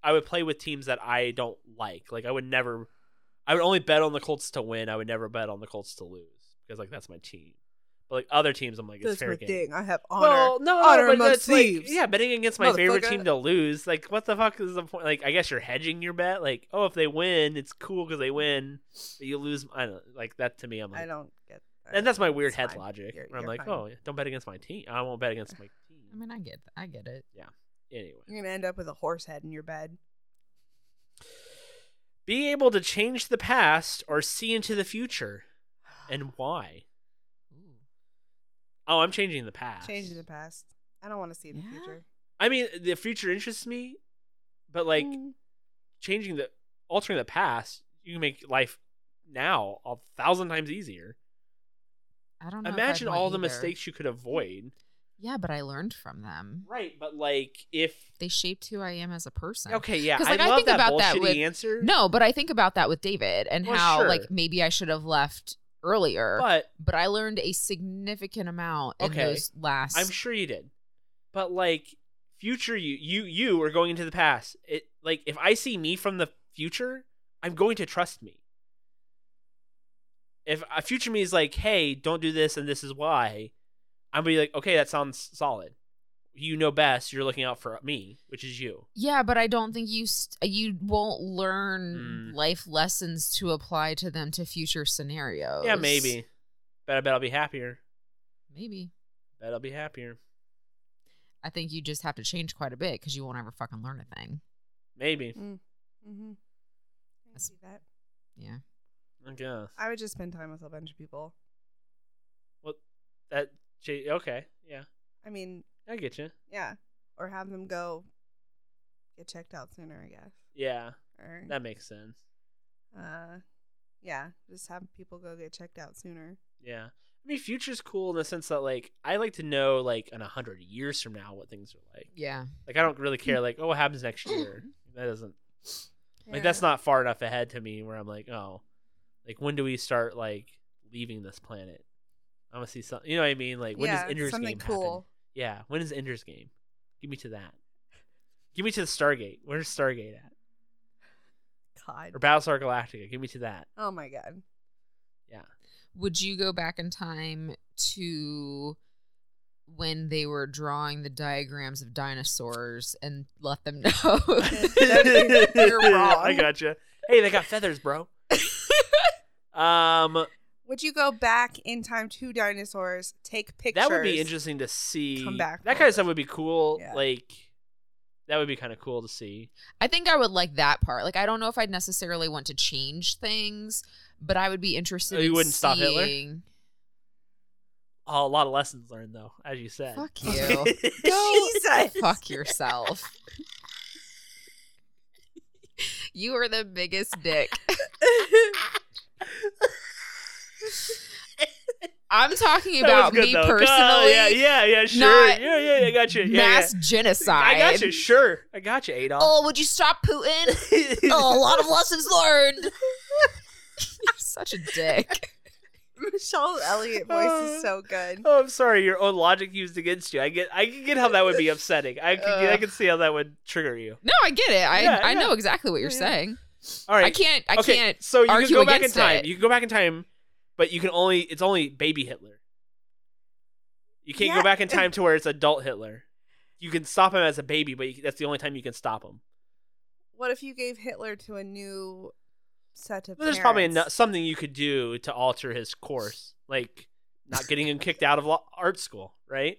[SPEAKER 1] I would play with teams that I don't like. Like I would never. I would only bet on the Colts to win. I would never bet on the Colts to lose because like that's my team. But like other teams, I'm like it's
[SPEAKER 2] That's
[SPEAKER 1] fair
[SPEAKER 2] my
[SPEAKER 1] game.
[SPEAKER 2] thing. I have honor.
[SPEAKER 1] Well, no,
[SPEAKER 2] Honor
[SPEAKER 1] but
[SPEAKER 2] amongst
[SPEAKER 1] that's like,
[SPEAKER 2] thieves.
[SPEAKER 1] yeah, betting against my favorite
[SPEAKER 2] Motherfucker.
[SPEAKER 1] team to lose. Like, what the fuck is the point? Like, I guess you're hedging your bet. Like, oh, if they win, it's cool because they win, but you lose. I don't like that. To me, I'm like,
[SPEAKER 2] I don't get.
[SPEAKER 1] and that's my weird
[SPEAKER 2] it's
[SPEAKER 1] head
[SPEAKER 2] fine.
[SPEAKER 1] logic.
[SPEAKER 2] You're-
[SPEAKER 1] where I'm
[SPEAKER 2] you're
[SPEAKER 1] like,
[SPEAKER 2] fine.
[SPEAKER 1] oh, don't bet against my team. I won't bet against my team.
[SPEAKER 3] I mean, I get, I get it.
[SPEAKER 1] anyway.
[SPEAKER 2] You're gonna end up with a horse head in your bed.
[SPEAKER 1] Be able to change the past or see into the future. And why? Oh, I'm changing the past.
[SPEAKER 2] Change in the past. I don't want to see the
[SPEAKER 3] Yeah.
[SPEAKER 2] future.
[SPEAKER 1] I mean, the future interests me, but like
[SPEAKER 2] Mm.
[SPEAKER 1] changing the altering the past, you can make life now a thousand times easier.
[SPEAKER 3] I don't know. if I'd
[SPEAKER 1] Imagine
[SPEAKER 3] want
[SPEAKER 1] all the
[SPEAKER 3] either.
[SPEAKER 1] mistakes you could avoid.
[SPEAKER 3] Yeah, but I learned from them.
[SPEAKER 1] Right, but like if
[SPEAKER 3] They shaped who I am as a person.
[SPEAKER 1] okay, yeah,
[SPEAKER 3] 'Cause, like,
[SPEAKER 1] I
[SPEAKER 3] I
[SPEAKER 1] love
[SPEAKER 3] think
[SPEAKER 1] that
[SPEAKER 3] about that
[SPEAKER 1] bullshitty
[SPEAKER 3] with-
[SPEAKER 1] answer.
[SPEAKER 3] No, but I think about that with David and
[SPEAKER 1] Well,
[SPEAKER 3] how
[SPEAKER 1] sure.
[SPEAKER 3] like maybe I should have left earlier.
[SPEAKER 1] but
[SPEAKER 3] but I learned a significant amount in
[SPEAKER 1] Okay.
[SPEAKER 3] those last.
[SPEAKER 1] I'm sure you did. But like future you you you are going into the past. It like if I see me from the future, I'm going to trust me. If a future me is like, "Hey, don't do this and this is why." I'm going to be like, "Okay, that sounds solid. You know best. You're looking out for me, which is you."
[SPEAKER 3] yeah, but I don't think you st- you won't learn
[SPEAKER 1] Mm.
[SPEAKER 3] life lessons to apply to them to future scenarios.
[SPEAKER 1] Yeah, maybe. But I bet I'll be happier.
[SPEAKER 3] Maybe.
[SPEAKER 1] Bet I'll be happier.
[SPEAKER 3] I think you just have to change quite a bit because you won't ever fucking learn a thing.
[SPEAKER 1] Maybe.
[SPEAKER 2] Mm-hmm. I
[SPEAKER 3] That's-
[SPEAKER 2] see that.
[SPEAKER 3] Yeah.
[SPEAKER 1] I guess.
[SPEAKER 2] I would just spend time with a bunch of people.
[SPEAKER 1] That okay. Yeah.
[SPEAKER 2] I mean,
[SPEAKER 1] I get you.
[SPEAKER 2] yeah, or have them go get checked out sooner, I guess.
[SPEAKER 1] Yeah,
[SPEAKER 2] Or
[SPEAKER 1] that makes sense.
[SPEAKER 2] uh, yeah, just have people go get checked out sooner.
[SPEAKER 1] Yeah. I mean, future's cool in the sense that, like, I like to know, like, in a hundred years from now, what things are like.
[SPEAKER 3] Yeah.
[SPEAKER 1] Like, I don't really
[SPEAKER 2] Mm-hmm.
[SPEAKER 1] care, like, oh, what happens next year? That doesn't,
[SPEAKER 2] Yeah.
[SPEAKER 1] like, that's not far enough ahead to me where I'm like, oh, like, when do we start, like, leaving this planet? I want to see something. You know what I mean? Like, when
[SPEAKER 2] yeah,
[SPEAKER 1] does Ender's
[SPEAKER 2] something
[SPEAKER 1] Game happen?
[SPEAKER 2] cool.
[SPEAKER 1] Yeah. When is Ender's Game? Give me to that. Give me to the Stargate. Where's Stargate at?
[SPEAKER 2] God.
[SPEAKER 1] Or Battlestar Galactica. Give me to that.
[SPEAKER 2] Oh my god.
[SPEAKER 3] Would you go back in time to when they were drawing the diagrams of dinosaurs and let them know?
[SPEAKER 2] You're wrong.
[SPEAKER 1] I gotcha. Hey, they got feathers, bro. um,
[SPEAKER 2] Would you go back in time to dinosaurs, take pictures?
[SPEAKER 1] that would be interesting to see.
[SPEAKER 2] Come back
[SPEAKER 1] That
[SPEAKER 2] for
[SPEAKER 1] kind
[SPEAKER 2] it.
[SPEAKER 1] of stuff would be cool.
[SPEAKER 2] Yeah.
[SPEAKER 1] Like, that would be kind of cool to see.
[SPEAKER 3] I think I would like that part. Like, I don't know if I'd necessarily want to change things, but I would be interested.
[SPEAKER 1] Oh, you
[SPEAKER 3] in
[SPEAKER 1] wouldn't stop Hitler?
[SPEAKER 3] seeing-
[SPEAKER 1] Oh, a lot of lessons learned, though, as you said.
[SPEAKER 3] Fuck you.
[SPEAKER 2] Jesus.
[SPEAKER 3] Fuck yourself. you are the biggest dick. I'm
[SPEAKER 1] That
[SPEAKER 3] talking
[SPEAKER 1] was
[SPEAKER 3] about
[SPEAKER 1] good,
[SPEAKER 3] me
[SPEAKER 1] though.
[SPEAKER 3] personally.
[SPEAKER 1] Oh, yeah, yeah, yeah, sure.
[SPEAKER 3] not
[SPEAKER 1] yeah, yeah, I got you. Yeah,
[SPEAKER 3] mass
[SPEAKER 1] yeah.
[SPEAKER 3] genocide.
[SPEAKER 1] I got you. Sure, I got you, Adolf.
[SPEAKER 3] Oh, would you stop Putin? oh, a lot of lessons learned. You're such a dick.
[SPEAKER 2] Michelle Elliott voice is so good.
[SPEAKER 1] Oh, I'm sorry. Your own logic used against you. I get. I can get how that would be upsetting. I can. I
[SPEAKER 3] Ugh.
[SPEAKER 1] can see how that would trigger you.
[SPEAKER 3] No, I get it. I,
[SPEAKER 1] Yeah,
[SPEAKER 3] I know
[SPEAKER 1] yeah.
[SPEAKER 3] exactly what you're
[SPEAKER 1] Yeah, yeah.
[SPEAKER 3] saying.
[SPEAKER 1] All right.
[SPEAKER 3] I can't. I
[SPEAKER 1] okay,
[SPEAKER 3] can't.
[SPEAKER 1] So you can
[SPEAKER 3] argue
[SPEAKER 1] go back in
[SPEAKER 3] against
[SPEAKER 1] time.
[SPEAKER 3] it.
[SPEAKER 1] You can go back in time, but you can only. It's only baby Hitler. You can't
[SPEAKER 2] Yeah.
[SPEAKER 1] go back in time to where it's adult Hitler. You can stop him as a baby, but you, that's the only time you can stop him.
[SPEAKER 2] What if you gave Hitler to a new set of
[SPEAKER 1] Well, there's probably
[SPEAKER 2] parents?
[SPEAKER 1] eno- something you could do to alter his course, like not getting him kicked out of law- art school, right?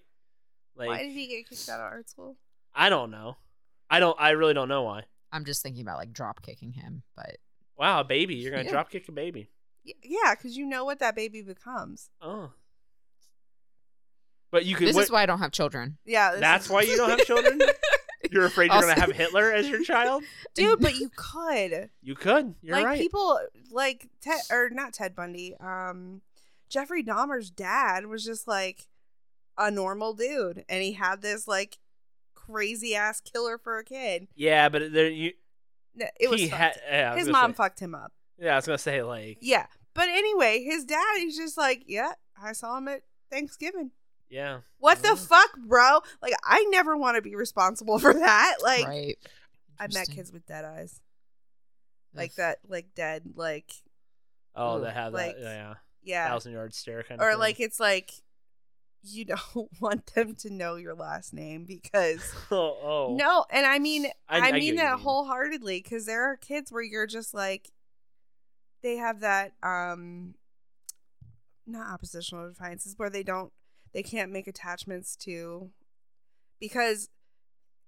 [SPEAKER 1] Like
[SPEAKER 2] Why did he get kicked out of art school?
[SPEAKER 1] I don't know. I don't. I really don't know why.
[SPEAKER 3] I'm just thinking about like drop kicking him, but
[SPEAKER 1] Wow, a baby! You're gonna
[SPEAKER 3] Yeah.
[SPEAKER 1] drop kick a baby.
[SPEAKER 2] Y- Yeah, because you know what that baby becomes.
[SPEAKER 1] Oh. But you could.
[SPEAKER 3] this
[SPEAKER 1] what-
[SPEAKER 3] is why I don't have children.
[SPEAKER 2] Yeah, this
[SPEAKER 1] That's
[SPEAKER 2] is-
[SPEAKER 1] why you don't have children. You're afraid you're gonna
[SPEAKER 3] Also-
[SPEAKER 1] have Hitler as your child.
[SPEAKER 2] dude. But you could
[SPEAKER 1] You could. You're
[SPEAKER 2] like
[SPEAKER 1] right.
[SPEAKER 2] people like Ted or not Ted Bundy. Um, Jeffrey Dahmer's dad was just like a normal dude, and he had this like crazy ass killer for a kid.
[SPEAKER 1] yeah, but there you.
[SPEAKER 2] No, It was
[SPEAKER 1] he
[SPEAKER 2] fucked.
[SPEAKER 1] had. Yeah, I was
[SPEAKER 2] his
[SPEAKER 1] gonna
[SPEAKER 2] mom
[SPEAKER 1] Say,
[SPEAKER 2] fucked him up.
[SPEAKER 1] yeah, I was gonna say like.
[SPEAKER 2] Yeah, but anyway, his dad he's just like, yeah, I saw him at Thanksgiving.
[SPEAKER 1] Yeah.
[SPEAKER 2] What the
[SPEAKER 1] Mhm.
[SPEAKER 2] fuck, bro? Like, I never want to be responsible for that. Like,
[SPEAKER 3] right?
[SPEAKER 2] I met
[SPEAKER 3] Interesting.
[SPEAKER 2] kids with dead eyes.
[SPEAKER 3] Ugh.
[SPEAKER 2] like that like dead like
[SPEAKER 1] Oh,
[SPEAKER 3] Ooh,
[SPEAKER 1] they have
[SPEAKER 2] like,
[SPEAKER 1] that. Yeah.
[SPEAKER 2] yeah
[SPEAKER 1] Thousand yard stare kind of.
[SPEAKER 2] or
[SPEAKER 1] thing.
[SPEAKER 2] like it's like you don't want them to know your last name because
[SPEAKER 1] oh, oh.
[SPEAKER 2] no and i mean
[SPEAKER 1] I-
[SPEAKER 2] i,
[SPEAKER 1] I get
[SPEAKER 2] mean
[SPEAKER 1] what you
[SPEAKER 2] that
[SPEAKER 1] mean.
[SPEAKER 2] wholeheartedly because there are kids where you're just like they have that um not oppositional defiance is where they don't they can't make attachments to because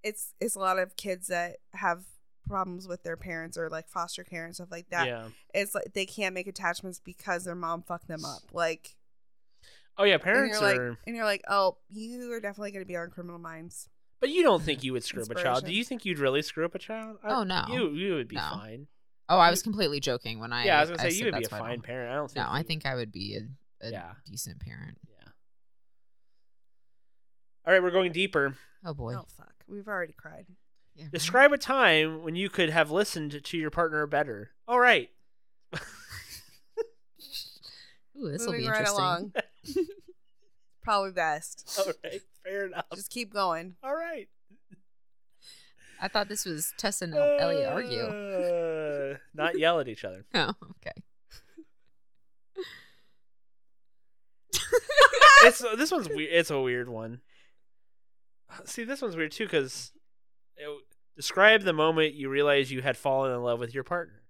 [SPEAKER 2] it's it's a lot of kids that have problems with their parents or like foster care and stuff like that
[SPEAKER 1] Yeah.
[SPEAKER 2] it's like they can't make attachments because their mom fucked them up. Like
[SPEAKER 1] Oh yeah,
[SPEAKER 2] and
[SPEAKER 1] parents
[SPEAKER 2] you're
[SPEAKER 1] are.
[SPEAKER 2] like and you're like, oh, you are definitely gonna be on Criminal Minds.
[SPEAKER 1] But you don't think you would screw up a child?
[SPEAKER 2] Inspiration.
[SPEAKER 1] Do you think you'd really screw up a child? I-
[SPEAKER 3] Oh, no.
[SPEAKER 1] You you would be
[SPEAKER 3] No.
[SPEAKER 1] fine.
[SPEAKER 3] Oh, I was completely joking when I.
[SPEAKER 1] yeah, I was gonna say
[SPEAKER 3] said
[SPEAKER 1] you would be a
[SPEAKER 3] that's why I
[SPEAKER 1] fine
[SPEAKER 3] don't-
[SPEAKER 1] parent. I don't think.
[SPEAKER 3] No, I
[SPEAKER 1] you-
[SPEAKER 3] think I would be a, a
[SPEAKER 1] Yeah.
[SPEAKER 3] decent parent.
[SPEAKER 1] Yeah. All right, we're going deeper.
[SPEAKER 3] Oh boy.
[SPEAKER 2] Oh fuck. We've already cried.
[SPEAKER 3] Yeah, right?
[SPEAKER 1] Describe a time when you could have listened to your partner better. All right.
[SPEAKER 3] Ooh, this will be
[SPEAKER 2] Moving
[SPEAKER 3] interesting.
[SPEAKER 2] right along. Probably best.
[SPEAKER 1] All right. Fair enough.
[SPEAKER 2] Just keep going.
[SPEAKER 1] All right.
[SPEAKER 3] I thought this was Tess and El- Elliot argue.
[SPEAKER 1] Uh, not yell at each other.
[SPEAKER 3] Oh, okay.
[SPEAKER 1] It's this one's weird. It's a weird one. See, this one's weird too because describe the moment you realize you had fallen in love with your partner.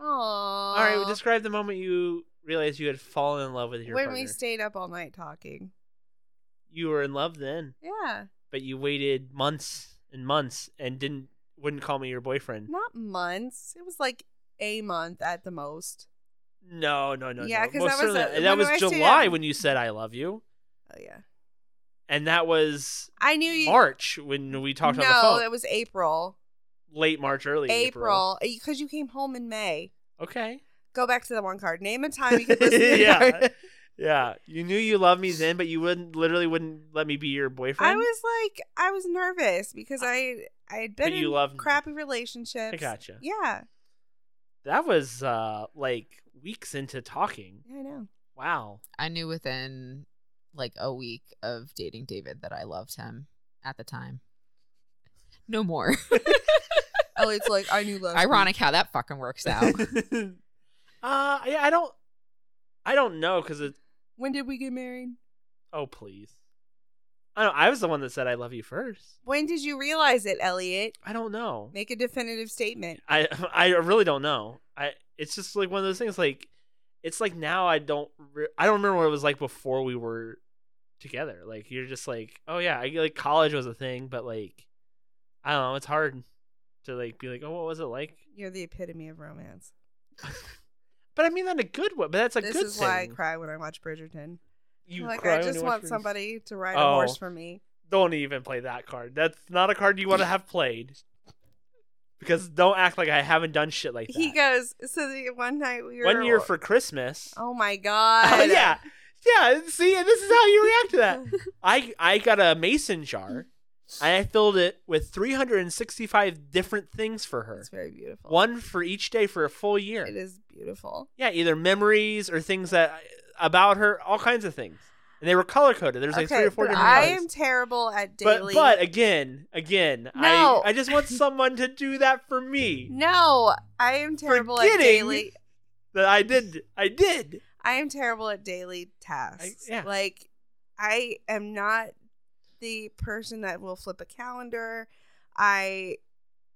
[SPEAKER 2] Aww.
[SPEAKER 1] All right, well, describe the moment you realized you had fallen in love with your
[SPEAKER 2] when
[SPEAKER 1] partner.
[SPEAKER 2] we stayed up all night talking.
[SPEAKER 1] you were in love then,
[SPEAKER 2] Yeah.
[SPEAKER 1] but you waited months and months and didn't wouldn't call me your boyfriend.
[SPEAKER 2] Not months. It was like a month at the most.
[SPEAKER 1] No, no, no.
[SPEAKER 2] Yeah,
[SPEAKER 1] no.
[SPEAKER 2] 'cause
[SPEAKER 1] Most
[SPEAKER 2] that was
[SPEAKER 1] certainly-
[SPEAKER 2] a-
[SPEAKER 1] and
[SPEAKER 2] when
[SPEAKER 1] that was
[SPEAKER 2] do I stay
[SPEAKER 1] July
[SPEAKER 2] up?
[SPEAKER 1] when you said I love you,
[SPEAKER 2] Oh yeah.
[SPEAKER 1] and that was
[SPEAKER 2] I knew you
[SPEAKER 1] March when we talked
[SPEAKER 2] no,
[SPEAKER 1] on the phone.
[SPEAKER 2] it was April.
[SPEAKER 1] late March, early April.
[SPEAKER 2] April, because you came home in May.
[SPEAKER 1] Okay.
[SPEAKER 2] Go back to the one card. Name a time you could listen to the
[SPEAKER 1] yeah.
[SPEAKER 2] card.
[SPEAKER 1] Yeah. You knew you loved me then, but you wouldn't literally wouldn't let me be your boyfriend.
[SPEAKER 2] I was like, I was nervous because I I had been
[SPEAKER 1] But you
[SPEAKER 2] in
[SPEAKER 1] loved me.
[SPEAKER 2] crappy relationships.
[SPEAKER 1] I gotcha.
[SPEAKER 2] Yeah,
[SPEAKER 1] That was uh like weeks into talking.
[SPEAKER 2] I know.
[SPEAKER 1] Wow.
[SPEAKER 3] I knew within like a week of dating David that I loved him at the time. No more.
[SPEAKER 2] Oh, it's like I knew love.
[SPEAKER 3] Ironic how that fucking works
[SPEAKER 1] uh
[SPEAKER 3] out.
[SPEAKER 1] yeah, I don't I don't know cuz it
[SPEAKER 2] When did we get married?
[SPEAKER 1] oh please. I don't I was the one that said I love you first.
[SPEAKER 2] When did you realize it, Elliot?
[SPEAKER 1] I don't know.
[SPEAKER 2] Make a definitive statement.
[SPEAKER 1] I I really don't know. I it's just like one of those things. Like it's like now I don't re- I don't remember what it was like before we were together. Like you're just like oh yeah, I like college was a thing, but like I don't know. It's hard to like be like oh what was it like?
[SPEAKER 2] You're the epitome of romance.
[SPEAKER 1] But I mean that in a good way. But that's a
[SPEAKER 2] this
[SPEAKER 1] good
[SPEAKER 2] is
[SPEAKER 1] thing.
[SPEAKER 2] why I cry when I watch Bridgerton.
[SPEAKER 1] You
[SPEAKER 2] like
[SPEAKER 1] cry
[SPEAKER 2] I
[SPEAKER 1] when
[SPEAKER 2] just
[SPEAKER 1] you watch
[SPEAKER 2] want
[SPEAKER 1] movies.
[SPEAKER 2] somebody to ride a
[SPEAKER 1] Oh.
[SPEAKER 2] horse for me.
[SPEAKER 1] Don't even play that card. That's not a card you want to have played. Because don't act like I haven't done shit like that.
[SPEAKER 2] He goes. So the one night we were
[SPEAKER 1] one year for Christmas.
[SPEAKER 2] Oh my god.
[SPEAKER 1] Oh yeah, yeah. See, and this is how you react to that. I I got a mason jar, and I filled it with 365 different things for her.
[SPEAKER 2] It's very beautiful.
[SPEAKER 1] One for each day for a full year.
[SPEAKER 2] It is beautiful.
[SPEAKER 1] Yeah, either memories or things that about her, all kinds of things, and they were color coded. There's like three or four
[SPEAKER 2] but
[SPEAKER 1] different
[SPEAKER 2] I
[SPEAKER 1] colors.
[SPEAKER 2] am terrible at
[SPEAKER 1] but
[SPEAKER 2] daily.
[SPEAKER 1] but again, again,
[SPEAKER 2] No.
[SPEAKER 1] I I just want someone to do that for me.
[SPEAKER 2] no, I am terrible at
[SPEAKER 1] Forgetting.
[SPEAKER 2] daily.
[SPEAKER 1] That I did. I did.
[SPEAKER 2] I am terrible at daily tasks.
[SPEAKER 1] I- yeah.
[SPEAKER 2] Like I am not the person that will flip a calendar. I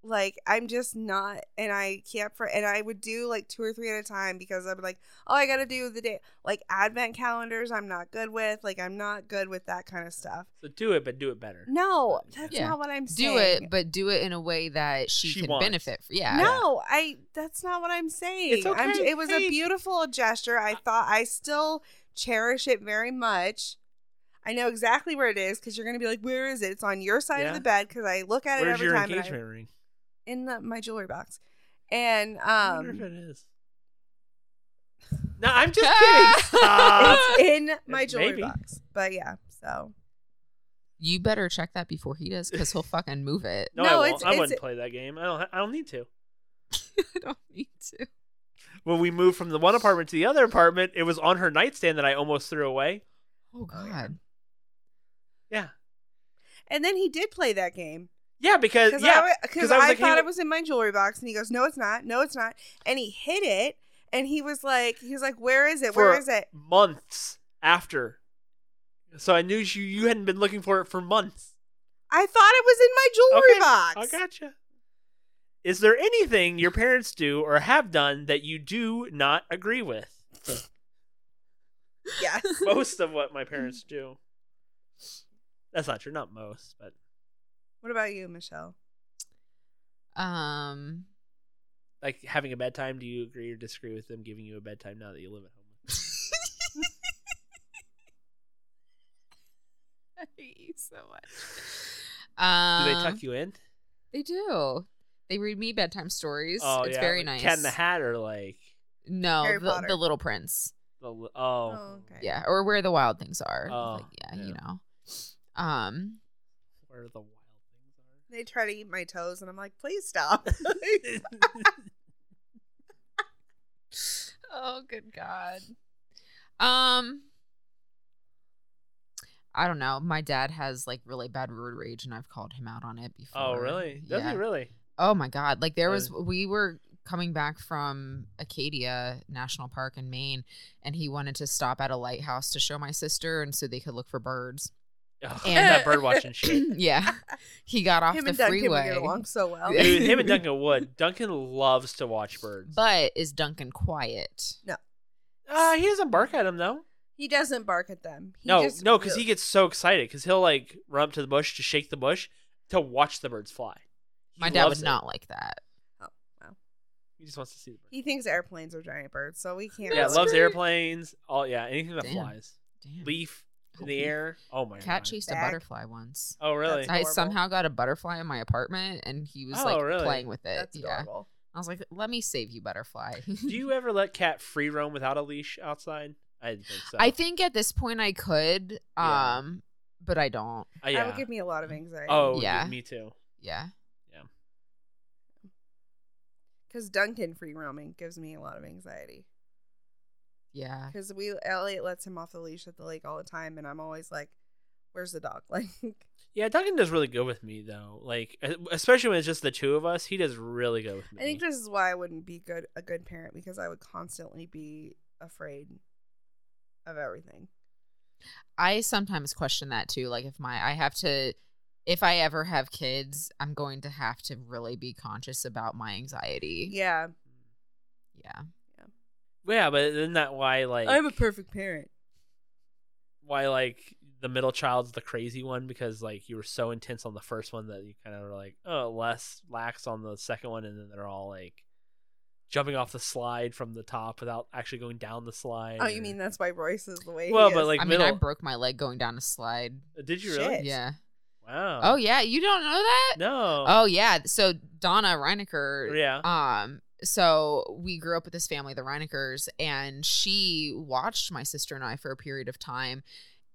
[SPEAKER 2] like I'm just not and I can't for and I would do like two or three at a time because I'm like, oh I gotta do the day like advent calendars I'm not good with. Like I'm not good with that kind of stuff.
[SPEAKER 1] So do it, but do it better.
[SPEAKER 2] No, that's
[SPEAKER 3] Yeah.
[SPEAKER 2] not what I'm saying.
[SPEAKER 3] do it, but do it in a way that she,
[SPEAKER 1] She
[SPEAKER 3] can
[SPEAKER 1] wants.
[SPEAKER 3] benefit. From. Yeah.
[SPEAKER 2] No, I. That's not what I'm saying.
[SPEAKER 1] It's
[SPEAKER 2] I'm,
[SPEAKER 1] okay.
[SPEAKER 2] it was
[SPEAKER 1] Hey. Uh,
[SPEAKER 2] a beautiful gesture. I thought I still cherish it very much. I know exactly where it is because you're gonna be like, "Where is it?" It's on your side
[SPEAKER 1] Yeah.
[SPEAKER 2] of the bed because I look at it
[SPEAKER 1] Where's
[SPEAKER 2] every
[SPEAKER 1] your
[SPEAKER 2] time. and I-
[SPEAKER 1] engagement ring?
[SPEAKER 2] in the, my jewelry box, and
[SPEAKER 1] I wonder if
[SPEAKER 2] um,
[SPEAKER 1] it is. No, I'm just kidding. Stop.
[SPEAKER 2] it's in my
[SPEAKER 1] It's
[SPEAKER 2] jewelry
[SPEAKER 1] maybe.
[SPEAKER 2] box. But yeah, so
[SPEAKER 3] You better check that before he does, because he'll fucking move it.
[SPEAKER 1] no, I
[SPEAKER 2] No,
[SPEAKER 1] won't.
[SPEAKER 2] it's-
[SPEAKER 1] I
[SPEAKER 2] it's-
[SPEAKER 1] wouldn't play that game. I don't. I don't need to.
[SPEAKER 3] I don't need to.
[SPEAKER 1] When we moved from the one apartment to the other apartment, it was on her nightstand that I almost threw away.
[SPEAKER 3] Oh
[SPEAKER 2] Oh, yeah.
[SPEAKER 3] God.
[SPEAKER 1] Yeah,
[SPEAKER 2] and then he did play that game
[SPEAKER 1] yeah, because
[SPEAKER 2] because
[SPEAKER 1] Uh, yeah,
[SPEAKER 2] I, wa-
[SPEAKER 1] 'cause
[SPEAKER 2] cause
[SPEAKER 1] I
[SPEAKER 2] I,
[SPEAKER 1] was like,
[SPEAKER 2] thought
[SPEAKER 1] he-
[SPEAKER 2] it was in my jewelry box, and he goes, "No, it's not. No, it's not." And he hid it, and he was like, "He was like, where is it? Where
[SPEAKER 1] For-
[SPEAKER 2] is it?"
[SPEAKER 1] months after. So I knew you you hadn't been looking for it for months.
[SPEAKER 2] I thought it was in my jewelry
[SPEAKER 1] Okay, I
[SPEAKER 2] box.
[SPEAKER 1] gotcha. Is there anything your parents do or have done that you do not agree with?
[SPEAKER 2] Yes.
[SPEAKER 1] most of what my parents do. That's not true. Not most, but
[SPEAKER 2] What about you, Michelle?
[SPEAKER 3] Um.
[SPEAKER 1] like having a bedtime. Do you agree or disagree with them giving you a bedtime now that you live at home?
[SPEAKER 3] I hate you so much.
[SPEAKER 1] Do
[SPEAKER 3] Um,
[SPEAKER 1] they tuck you in?
[SPEAKER 3] They do. They read me bedtime stories.
[SPEAKER 1] Oh,
[SPEAKER 3] it's
[SPEAKER 1] yeah,
[SPEAKER 3] very
[SPEAKER 1] like
[SPEAKER 3] nice.
[SPEAKER 1] Cat in the Hat or like
[SPEAKER 3] No,
[SPEAKER 2] Harry
[SPEAKER 3] the,
[SPEAKER 2] Potter.
[SPEAKER 3] the Little Prince.
[SPEAKER 1] the oh,
[SPEAKER 2] Oh, okay.
[SPEAKER 3] Yeah, or where the wild things are.
[SPEAKER 1] Oh,
[SPEAKER 3] like, yeah, you
[SPEAKER 1] yeah.
[SPEAKER 3] know. Um,
[SPEAKER 1] where the wild
[SPEAKER 2] They try to eat my toes, and I'm like, please stop.
[SPEAKER 1] things
[SPEAKER 3] oh good god um i don't know my dad has like really bad road rage and i've called him out on it before
[SPEAKER 1] are. oh really? Does
[SPEAKER 3] Yeah.
[SPEAKER 1] he really?
[SPEAKER 3] oh my god like there
[SPEAKER 1] Oh.
[SPEAKER 3] was we were coming back from acadia national park in maine and he wanted to stop at a lighthouse to show my sister and so they could look for birds
[SPEAKER 1] Oh,
[SPEAKER 3] And-
[SPEAKER 1] that bird watching shit.
[SPEAKER 3] yeah he got off
[SPEAKER 2] Him
[SPEAKER 3] the
[SPEAKER 2] and Duncan would
[SPEAKER 3] freeway
[SPEAKER 2] get along so well.
[SPEAKER 3] Yeah.
[SPEAKER 1] Dude, him and Duncan would. Duncan loves to watch birds.
[SPEAKER 3] but is duncan quiet
[SPEAKER 1] uh, he doesn't bark at him though.
[SPEAKER 2] He doesn't bark at them. He
[SPEAKER 1] no,
[SPEAKER 2] just
[SPEAKER 1] no, because he gets so excited because he'll like run up to the bush to shake the bush to watch the birds fly. He
[SPEAKER 3] my dad would
[SPEAKER 1] loves it.
[SPEAKER 3] not like that
[SPEAKER 1] He just wants to see the birds.
[SPEAKER 2] he thinks airplanes are giant birds, so we can't.
[SPEAKER 1] Yeah,
[SPEAKER 2] really-
[SPEAKER 1] loves
[SPEAKER 3] great.
[SPEAKER 1] airplanes. All yeah, anything that
[SPEAKER 3] Damn.
[SPEAKER 1] flies.
[SPEAKER 3] Damn.
[SPEAKER 1] Leaf, in the air. Oh my
[SPEAKER 3] Cat
[SPEAKER 1] god.
[SPEAKER 3] chased a
[SPEAKER 2] Back.
[SPEAKER 3] butterfly once.
[SPEAKER 1] Oh really?
[SPEAKER 2] That's
[SPEAKER 3] I
[SPEAKER 2] adorable.
[SPEAKER 3] somehow got a butterfly in my apartment, and he was
[SPEAKER 1] Oh,
[SPEAKER 3] like
[SPEAKER 1] really?
[SPEAKER 3] playing with it.
[SPEAKER 2] That's
[SPEAKER 3] yeah,
[SPEAKER 2] adorable.
[SPEAKER 3] I was like, "Let me save you, butterfly."
[SPEAKER 1] Do you uh, ever let cat free roam without a leash outside? I didn't think so.
[SPEAKER 3] I think at this point I could,
[SPEAKER 1] Yeah.
[SPEAKER 3] um, but I don't.
[SPEAKER 1] Uh,
[SPEAKER 2] That
[SPEAKER 1] yeah.
[SPEAKER 2] would give me a lot of anxiety.
[SPEAKER 1] oh yeah.
[SPEAKER 3] Yeah.
[SPEAKER 1] Me too.
[SPEAKER 3] Yeah,
[SPEAKER 2] because Duncan free roaming gives me a lot of anxiety.
[SPEAKER 3] yeah.
[SPEAKER 2] Because we Elliot lets him off the leash at the lake all the time, and I'm always like, "Where's the dog?" Like,
[SPEAKER 1] Yeah, Duncan does really good with me though. Like e, especially when it's just the two of us, he does really good with me.
[SPEAKER 2] I think this is why I wouldn't be good a good parent because I would constantly be afraid of everything.
[SPEAKER 3] I sometimes question that too. Like, if my I have to, if I ever have kids, I'm going to have to really be conscious about my anxiety.
[SPEAKER 2] Yeah,
[SPEAKER 3] Yeah.
[SPEAKER 1] yeah, but isn't that why like
[SPEAKER 2] I'm a perfect parent.
[SPEAKER 1] why like the middle child's the crazy one because like you were so intense on the first one that you kind of were like oh less lax on the second one and then they're all like jumping off the slide from the top without actually going down the slide.
[SPEAKER 2] Oh,
[SPEAKER 1] or-
[SPEAKER 2] you mean that's why Royce is the way? he
[SPEAKER 1] Well,
[SPEAKER 2] is.
[SPEAKER 1] but like
[SPEAKER 3] I mean,
[SPEAKER 1] middle.
[SPEAKER 3] I broke my leg going down a slide.
[SPEAKER 1] Did you really?
[SPEAKER 2] Shit. Yes.
[SPEAKER 3] Yeah.
[SPEAKER 1] Wow.
[SPEAKER 3] Oh yeah, you don't know that?
[SPEAKER 1] no.
[SPEAKER 3] Oh yeah. So Donna Reinecker
[SPEAKER 1] yeah.
[SPEAKER 3] Um, so we grew up with this family, the Reinekers, and she watched my sister and I for a period of time,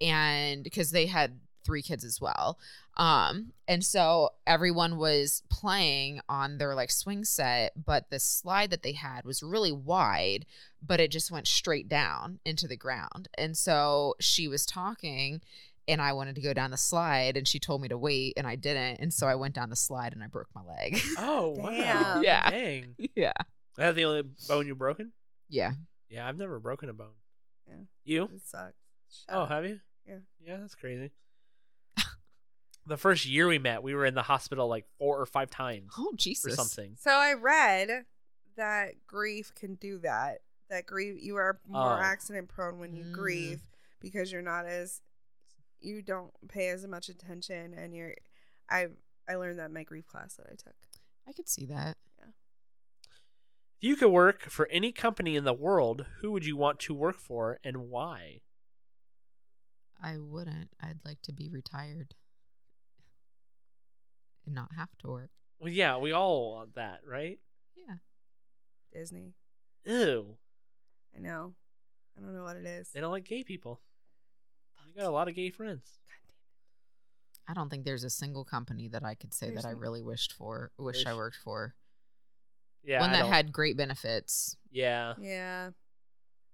[SPEAKER 3] and because they had three kids as well. Um, and so everyone was playing on their like swing set, but the slide that they had was really wide, but it just went straight down into the ground. And so she was talking. And I wanted to go down the slide, and she told me to wait, and I didn't. And so I went down the slide and I broke my leg.
[SPEAKER 1] Oh wow.
[SPEAKER 2] Damn.
[SPEAKER 3] Yeah.
[SPEAKER 1] Dang.
[SPEAKER 3] yeah.
[SPEAKER 1] Is that the only bone you've broken?
[SPEAKER 3] Yeah.
[SPEAKER 1] Yeah, I've never broken a bone.
[SPEAKER 2] Yeah.
[SPEAKER 1] You?
[SPEAKER 2] it sucks. Shut
[SPEAKER 1] Oh,
[SPEAKER 2] up.
[SPEAKER 1] have you?
[SPEAKER 2] Yeah.
[SPEAKER 1] Yeah, that's crazy. the first year we met, we were in the hospital like four or five times
[SPEAKER 3] Oh
[SPEAKER 1] or
[SPEAKER 3] Jesus.
[SPEAKER 1] something.
[SPEAKER 2] So I read that grief can do that. That grief, you are more
[SPEAKER 1] Oh.
[SPEAKER 2] accident prone when you
[SPEAKER 3] Mm.
[SPEAKER 2] grieve because you're not as, you don't pay as much attention, and you're. I I learned that in my grief class that I took.
[SPEAKER 3] I could see that.
[SPEAKER 1] If you could work for any company in the world, who would you want to work for and why?
[SPEAKER 3] I wouldn't. I'd like to be retired and not have to work.
[SPEAKER 1] Well, yeah, we all want that, right?
[SPEAKER 3] Yeah.
[SPEAKER 2] Disney.
[SPEAKER 1] Ew.
[SPEAKER 2] I know. I don't know what it is.
[SPEAKER 1] They don't like gay people. I got a lot of gay friends.
[SPEAKER 3] I don't think there's a single company that I could say
[SPEAKER 2] There's
[SPEAKER 3] that I
[SPEAKER 2] n-
[SPEAKER 3] really wished for, wish I
[SPEAKER 1] There's-
[SPEAKER 3] worked for.
[SPEAKER 1] Yeah.
[SPEAKER 3] One
[SPEAKER 1] I
[SPEAKER 3] that
[SPEAKER 1] don't-
[SPEAKER 3] had great benefits.
[SPEAKER 1] Yeah.
[SPEAKER 2] Yeah.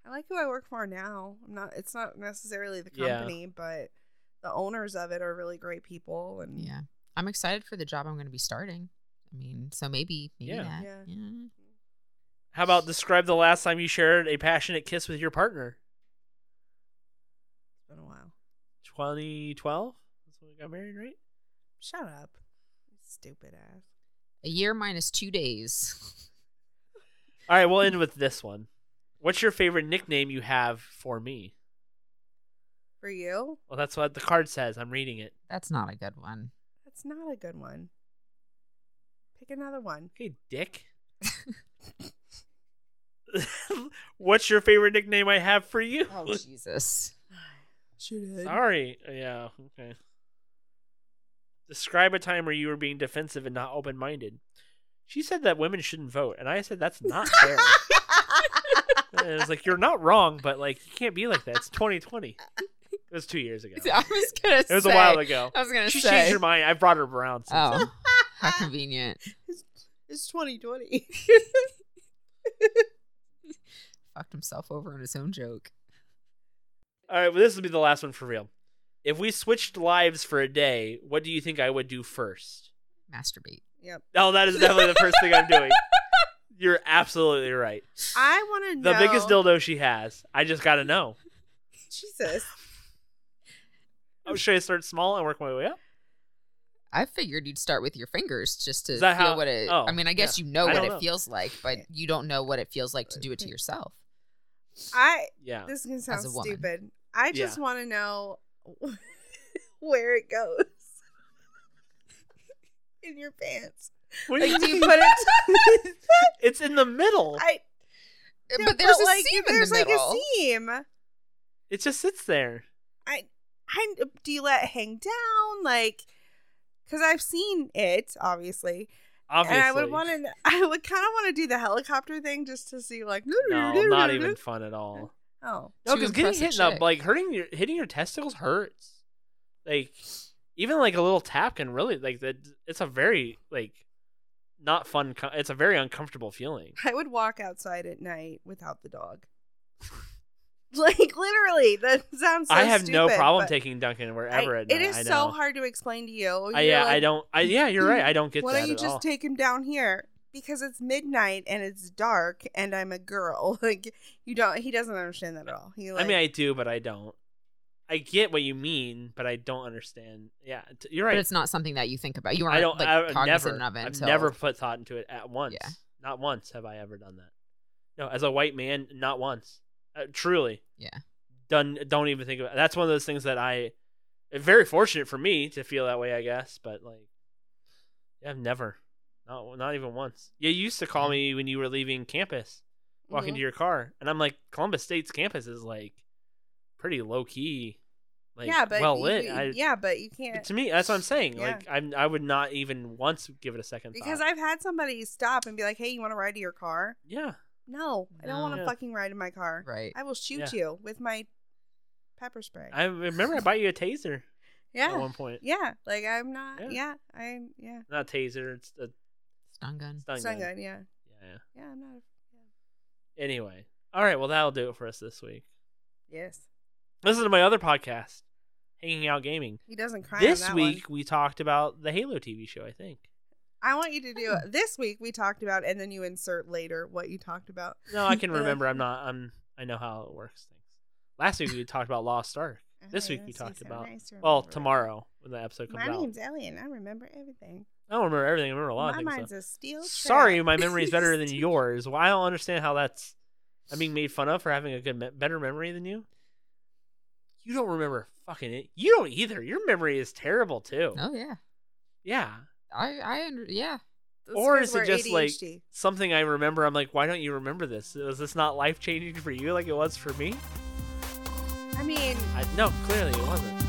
[SPEAKER 2] I like who I work for now. I'm not. It's not necessarily the
[SPEAKER 1] Yeah.
[SPEAKER 2] company, but the owners of it are really great people. And
[SPEAKER 3] Yeah. I'm excited for the job I'm going to be starting. I mean, so maybe, maybe
[SPEAKER 1] Yeah.
[SPEAKER 3] that.
[SPEAKER 2] Yeah.
[SPEAKER 3] yeah.
[SPEAKER 1] How about describe the last time you shared a passionate kiss with your partner?
[SPEAKER 2] it's been a while.
[SPEAKER 1] 2012? That's when we got married, right?
[SPEAKER 2] Shut up, you stupid ass.
[SPEAKER 3] A year minus two days.
[SPEAKER 1] All right, we'll end with this one. What's your favorite nickname you have for me?
[SPEAKER 2] For you,
[SPEAKER 1] Well, that's what the card says. I'm reading it.
[SPEAKER 3] That's not a good one.
[SPEAKER 2] that's not a good one. Pick another one.
[SPEAKER 1] Hey, Dick. What's your favorite nickname I have for you?
[SPEAKER 3] Oh, Jesus.
[SPEAKER 2] Shoot it.
[SPEAKER 1] Sorry. Yeah, okay. Describe a time where you were being defensive and not open minded. She said that women shouldn't vote, and I said that's not fair. and it was like, you're not wrong, but like you can't be like that. It's 2020. It was two years ago.
[SPEAKER 3] I was going to
[SPEAKER 1] It
[SPEAKER 3] say.
[SPEAKER 1] was a while ago.
[SPEAKER 3] I was going to
[SPEAKER 1] She
[SPEAKER 3] say.
[SPEAKER 1] changed her mind. I brought her around. Since then.
[SPEAKER 3] Oh, how convenient.
[SPEAKER 2] It's, it's 2020.
[SPEAKER 3] Fucked himself over on his own joke.
[SPEAKER 1] All right, well, this will be the last one for real. If we switched lives for a day, what do you think I would do first?
[SPEAKER 3] Masturbate.
[SPEAKER 2] yep.
[SPEAKER 1] Oh, that is definitely the first thing I'm doing. You're absolutely right.
[SPEAKER 2] I want to
[SPEAKER 1] The
[SPEAKER 2] know
[SPEAKER 1] biggest dildo she has. I just got to know.
[SPEAKER 2] Jesus.
[SPEAKER 1] Oh, should I start small and work my way up?
[SPEAKER 3] I figured you'd start with your fingers just to
[SPEAKER 1] Is
[SPEAKER 3] feel
[SPEAKER 1] that how-
[SPEAKER 3] what it.
[SPEAKER 1] oh,
[SPEAKER 3] I mean, I guess you know
[SPEAKER 1] I
[SPEAKER 3] what
[SPEAKER 1] don't
[SPEAKER 3] it
[SPEAKER 1] know.
[SPEAKER 3] feels like, but you don't know what it feels like to do it to yourself.
[SPEAKER 2] I
[SPEAKER 1] Yeah.
[SPEAKER 2] this can sound
[SPEAKER 3] a woman.
[SPEAKER 2] stupid. I just
[SPEAKER 1] Yeah.
[SPEAKER 2] want to know where it goes in your pants.
[SPEAKER 1] What do
[SPEAKER 2] Like,
[SPEAKER 1] you
[SPEAKER 2] do you
[SPEAKER 1] mean?
[SPEAKER 2] put it?
[SPEAKER 1] It's in the middle.
[SPEAKER 2] I,
[SPEAKER 3] but there's a
[SPEAKER 2] like,
[SPEAKER 3] seam in
[SPEAKER 2] There's
[SPEAKER 3] the
[SPEAKER 2] like
[SPEAKER 3] middle.
[SPEAKER 2] a seam.
[SPEAKER 1] It just sits there.
[SPEAKER 2] I I, do you let it hang down? Like, because I've seen it, obviously.
[SPEAKER 1] Obviously,
[SPEAKER 2] And I would want to, I would kind of want to do the helicopter thing just to see, like,
[SPEAKER 1] No, not even fun at all.
[SPEAKER 2] Oh,
[SPEAKER 1] No,
[SPEAKER 3] To
[SPEAKER 1] because getting
[SPEAKER 3] impress a
[SPEAKER 1] hit in the,
[SPEAKER 3] chick.
[SPEAKER 1] like hurting your hitting your testicles hurts. Like even like a little tap can really like that. It's a very like not fun. co- It's a very uncomfortable feeling.
[SPEAKER 2] I would walk outside at night without the dog. like literally, that sounds. So
[SPEAKER 1] I have no
[SPEAKER 2] stupid,
[SPEAKER 1] problem
[SPEAKER 2] but
[SPEAKER 1] taking Duncan
[SPEAKER 2] I-
[SPEAKER 1] wherever at
[SPEAKER 2] It
[SPEAKER 1] night,
[SPEAKER 2] is
[SPEAKER 1] I
[SPEAKER 2] so
[SPEAKER 1] know.
[SPEAKER 2] hard to explain to you. You're
[SPEAKER 1] I, yeah, I
[SPEAKER 2] like,
[SPEAKER 1] don't. I, yeah, you're right. I don't get
[SPEAKER 2] Why
[SPEAKER 1] that
[SPEAKER 2] don't you
[SPEAKER 1] at
[SPEAKER 2] just
[SPEAKER 1] all.
[SPEAKER 2] take him down here? Because it's midnight and it's dark, and I'm a girl. Like you don't. He doesn't understand that at all. He like,
[SPEAKER 1] I mean, I do, but I don't. I get what you mean, but I don't understand. Yeah, t- you're right.
[SPEAKER 3] But it's not something that you think about. You aren't
[SPEAKER 1] I don't.
[SPEAKER 3] like
[SPEAKER 1] I, I've
[SPEAKER 3] cognizant
[SPEAKER 1] never.
[SPEAKER 3] of it.
[SPEAKER 1] I've
[SPEAKER 3] until-
[SPEAKER 1] never put thought into it at once.
[SPEAKER 3] Yeah.
[SPEAKER 1] Not once have I ever done that. No, as a white man, not once. Uh, truly.
[SPEAKER 3] Yeah.
[SPEAKER 1] Done. Don't even think about. That's one of those things that I. Very fortunate for me to feel that way, I guess. But like, yeah, I've never. Not not even once. You used to call me when you were leaving campus, walking
[SPEAKER 3] Mm-hmm.
[SPEAKER 2] Mhm.
[SPEAKER 1] to your car, and I'm like, Columbus State's campus is like pretty low key. Like,
[SPEAKER 2] "Mm-hmm." yeah, but
[SPEAKER 1] well
[SPEAKER 2] you-
[SPEAKER 1] lit.
[SPEAKER 2] you-
[SPEAKER 1] I-
[SPEAKER 2] yeah, but you
[SPEAKER 1] but
[SPEAKER 2] can't.
[SPEAKER 1] to me, that's what I'm saying.
[SPEAKER 2] Yeah.
[SPEAKER 1] Like I'm, I would not even once give it a second
[SPEAKER 2] Because
[SPEAKER 1] thought.
[SPEAKER 2] I've had somebody stop and be like, "Hey, you want to ride to your car?"
[SPEAKER 1] yeah,
[SPEAKER 2] No, I don't
[SPEAKER 3] No.
[SPEAKER 2] want to
[SPEAKER 1] Yeah.
[SPEAKER 2] fucking ride in my car.
[SPEAKER 3] Right.
[SPEAKER 2] I will shoot you with my pepper spray.
[SPEAKER 1] I remember I bought you a taser at
[SPEAKER 2] yeah,
[SPEAKER 1] one point.
[SPEAKER 2] yeah. Like I'm not.
[SPEAKER 1] Yeah.
[SPEAKER 2] Yeah, I. Yeah,
[SPEAKER 1] Not taser, it's a
[SPEAKER 3] Stun gun.
[SPEAKER 1] stun,
[SPEAKER 2] stun
[SPEAKER 1] gun.
[SPEAKER 2] gun. Yeah,
[SPEAKER 1] Yeah.
[SPEAKER 2] yeah. I'm not.
[SPEAKER 1] Anyway, all right. Well, that'll do it for us this week.
[SPEAKER 2] Yes,
[SPEAKER 1] Listen to my other podcast, Hanging Out Gaming.
[SPEAKER 2] he doesn't cry. on
[SPEAKER 1] this
[SPEAKER 2] that one.
[SPEAKER 1] week we talked about the Halo TV show. I think.
[SPEAKER 2] I want you to do
[SPEAKER 1] Hmm.
[SPEAKER 2] this week. We talked about, and then you insert later what you talked about.
[SPEAKER 1] No, I can
[SPEAKER 2] Yeah.
[SPEAKER 1] remember. I'm not. I'm. I know how it works. Things. Last week we talked about Lost Ark. This week we
[SPEAKER 2] that's Oh, so
[SPEAKER 1] talked about-
[SPEAKER 2] nice to
[SPEAKER 1] Well,
[SPEAKER 2] remember.
[SPEAKER 1] tomorrow when the episode comes
[SPEAKER 2] My
[SPEAKER 1] out.
[SPEAKER 2] name's Ellie, and I remember everything.
[SPEAKER 1] I don't remember everything. I remember a lot of
[SPEAKER 2] My
[SPEAKER 1] things. though.
[SPEAKER 2] mind's a steel.
[SPEAKER 1] Sorry,
[SPEAKER 2] trap.
[SPEAKER 1] my memory is better than yours. Well, I don't understand how that's. I'm being made fun of for having a good, me- better memory than you. You don't remember fucking it. You don't either. Your memory is terrible too.
[SPEAKER 3] Oh yeah.
[SPEAKER 1] Yeah,
[SPEAKER 3] I I under- yeah.
[SPEAKER 2] That's
[SPEAKER 1] Or
[SPEAKER 2] 'cause
[SPEAKER 1] is it
[SPEAKER 2] we're
[SPEAKER 1] just, like-
[SPEAKER 2] ADHD.
[SPEAKER 1] something I remember. I'm like, why don't you remember this? Was this not life changing for you like it was for me?
[SPEAKER 2] I mean.
[SPEAKER 1] I, no, clearly it wasn't.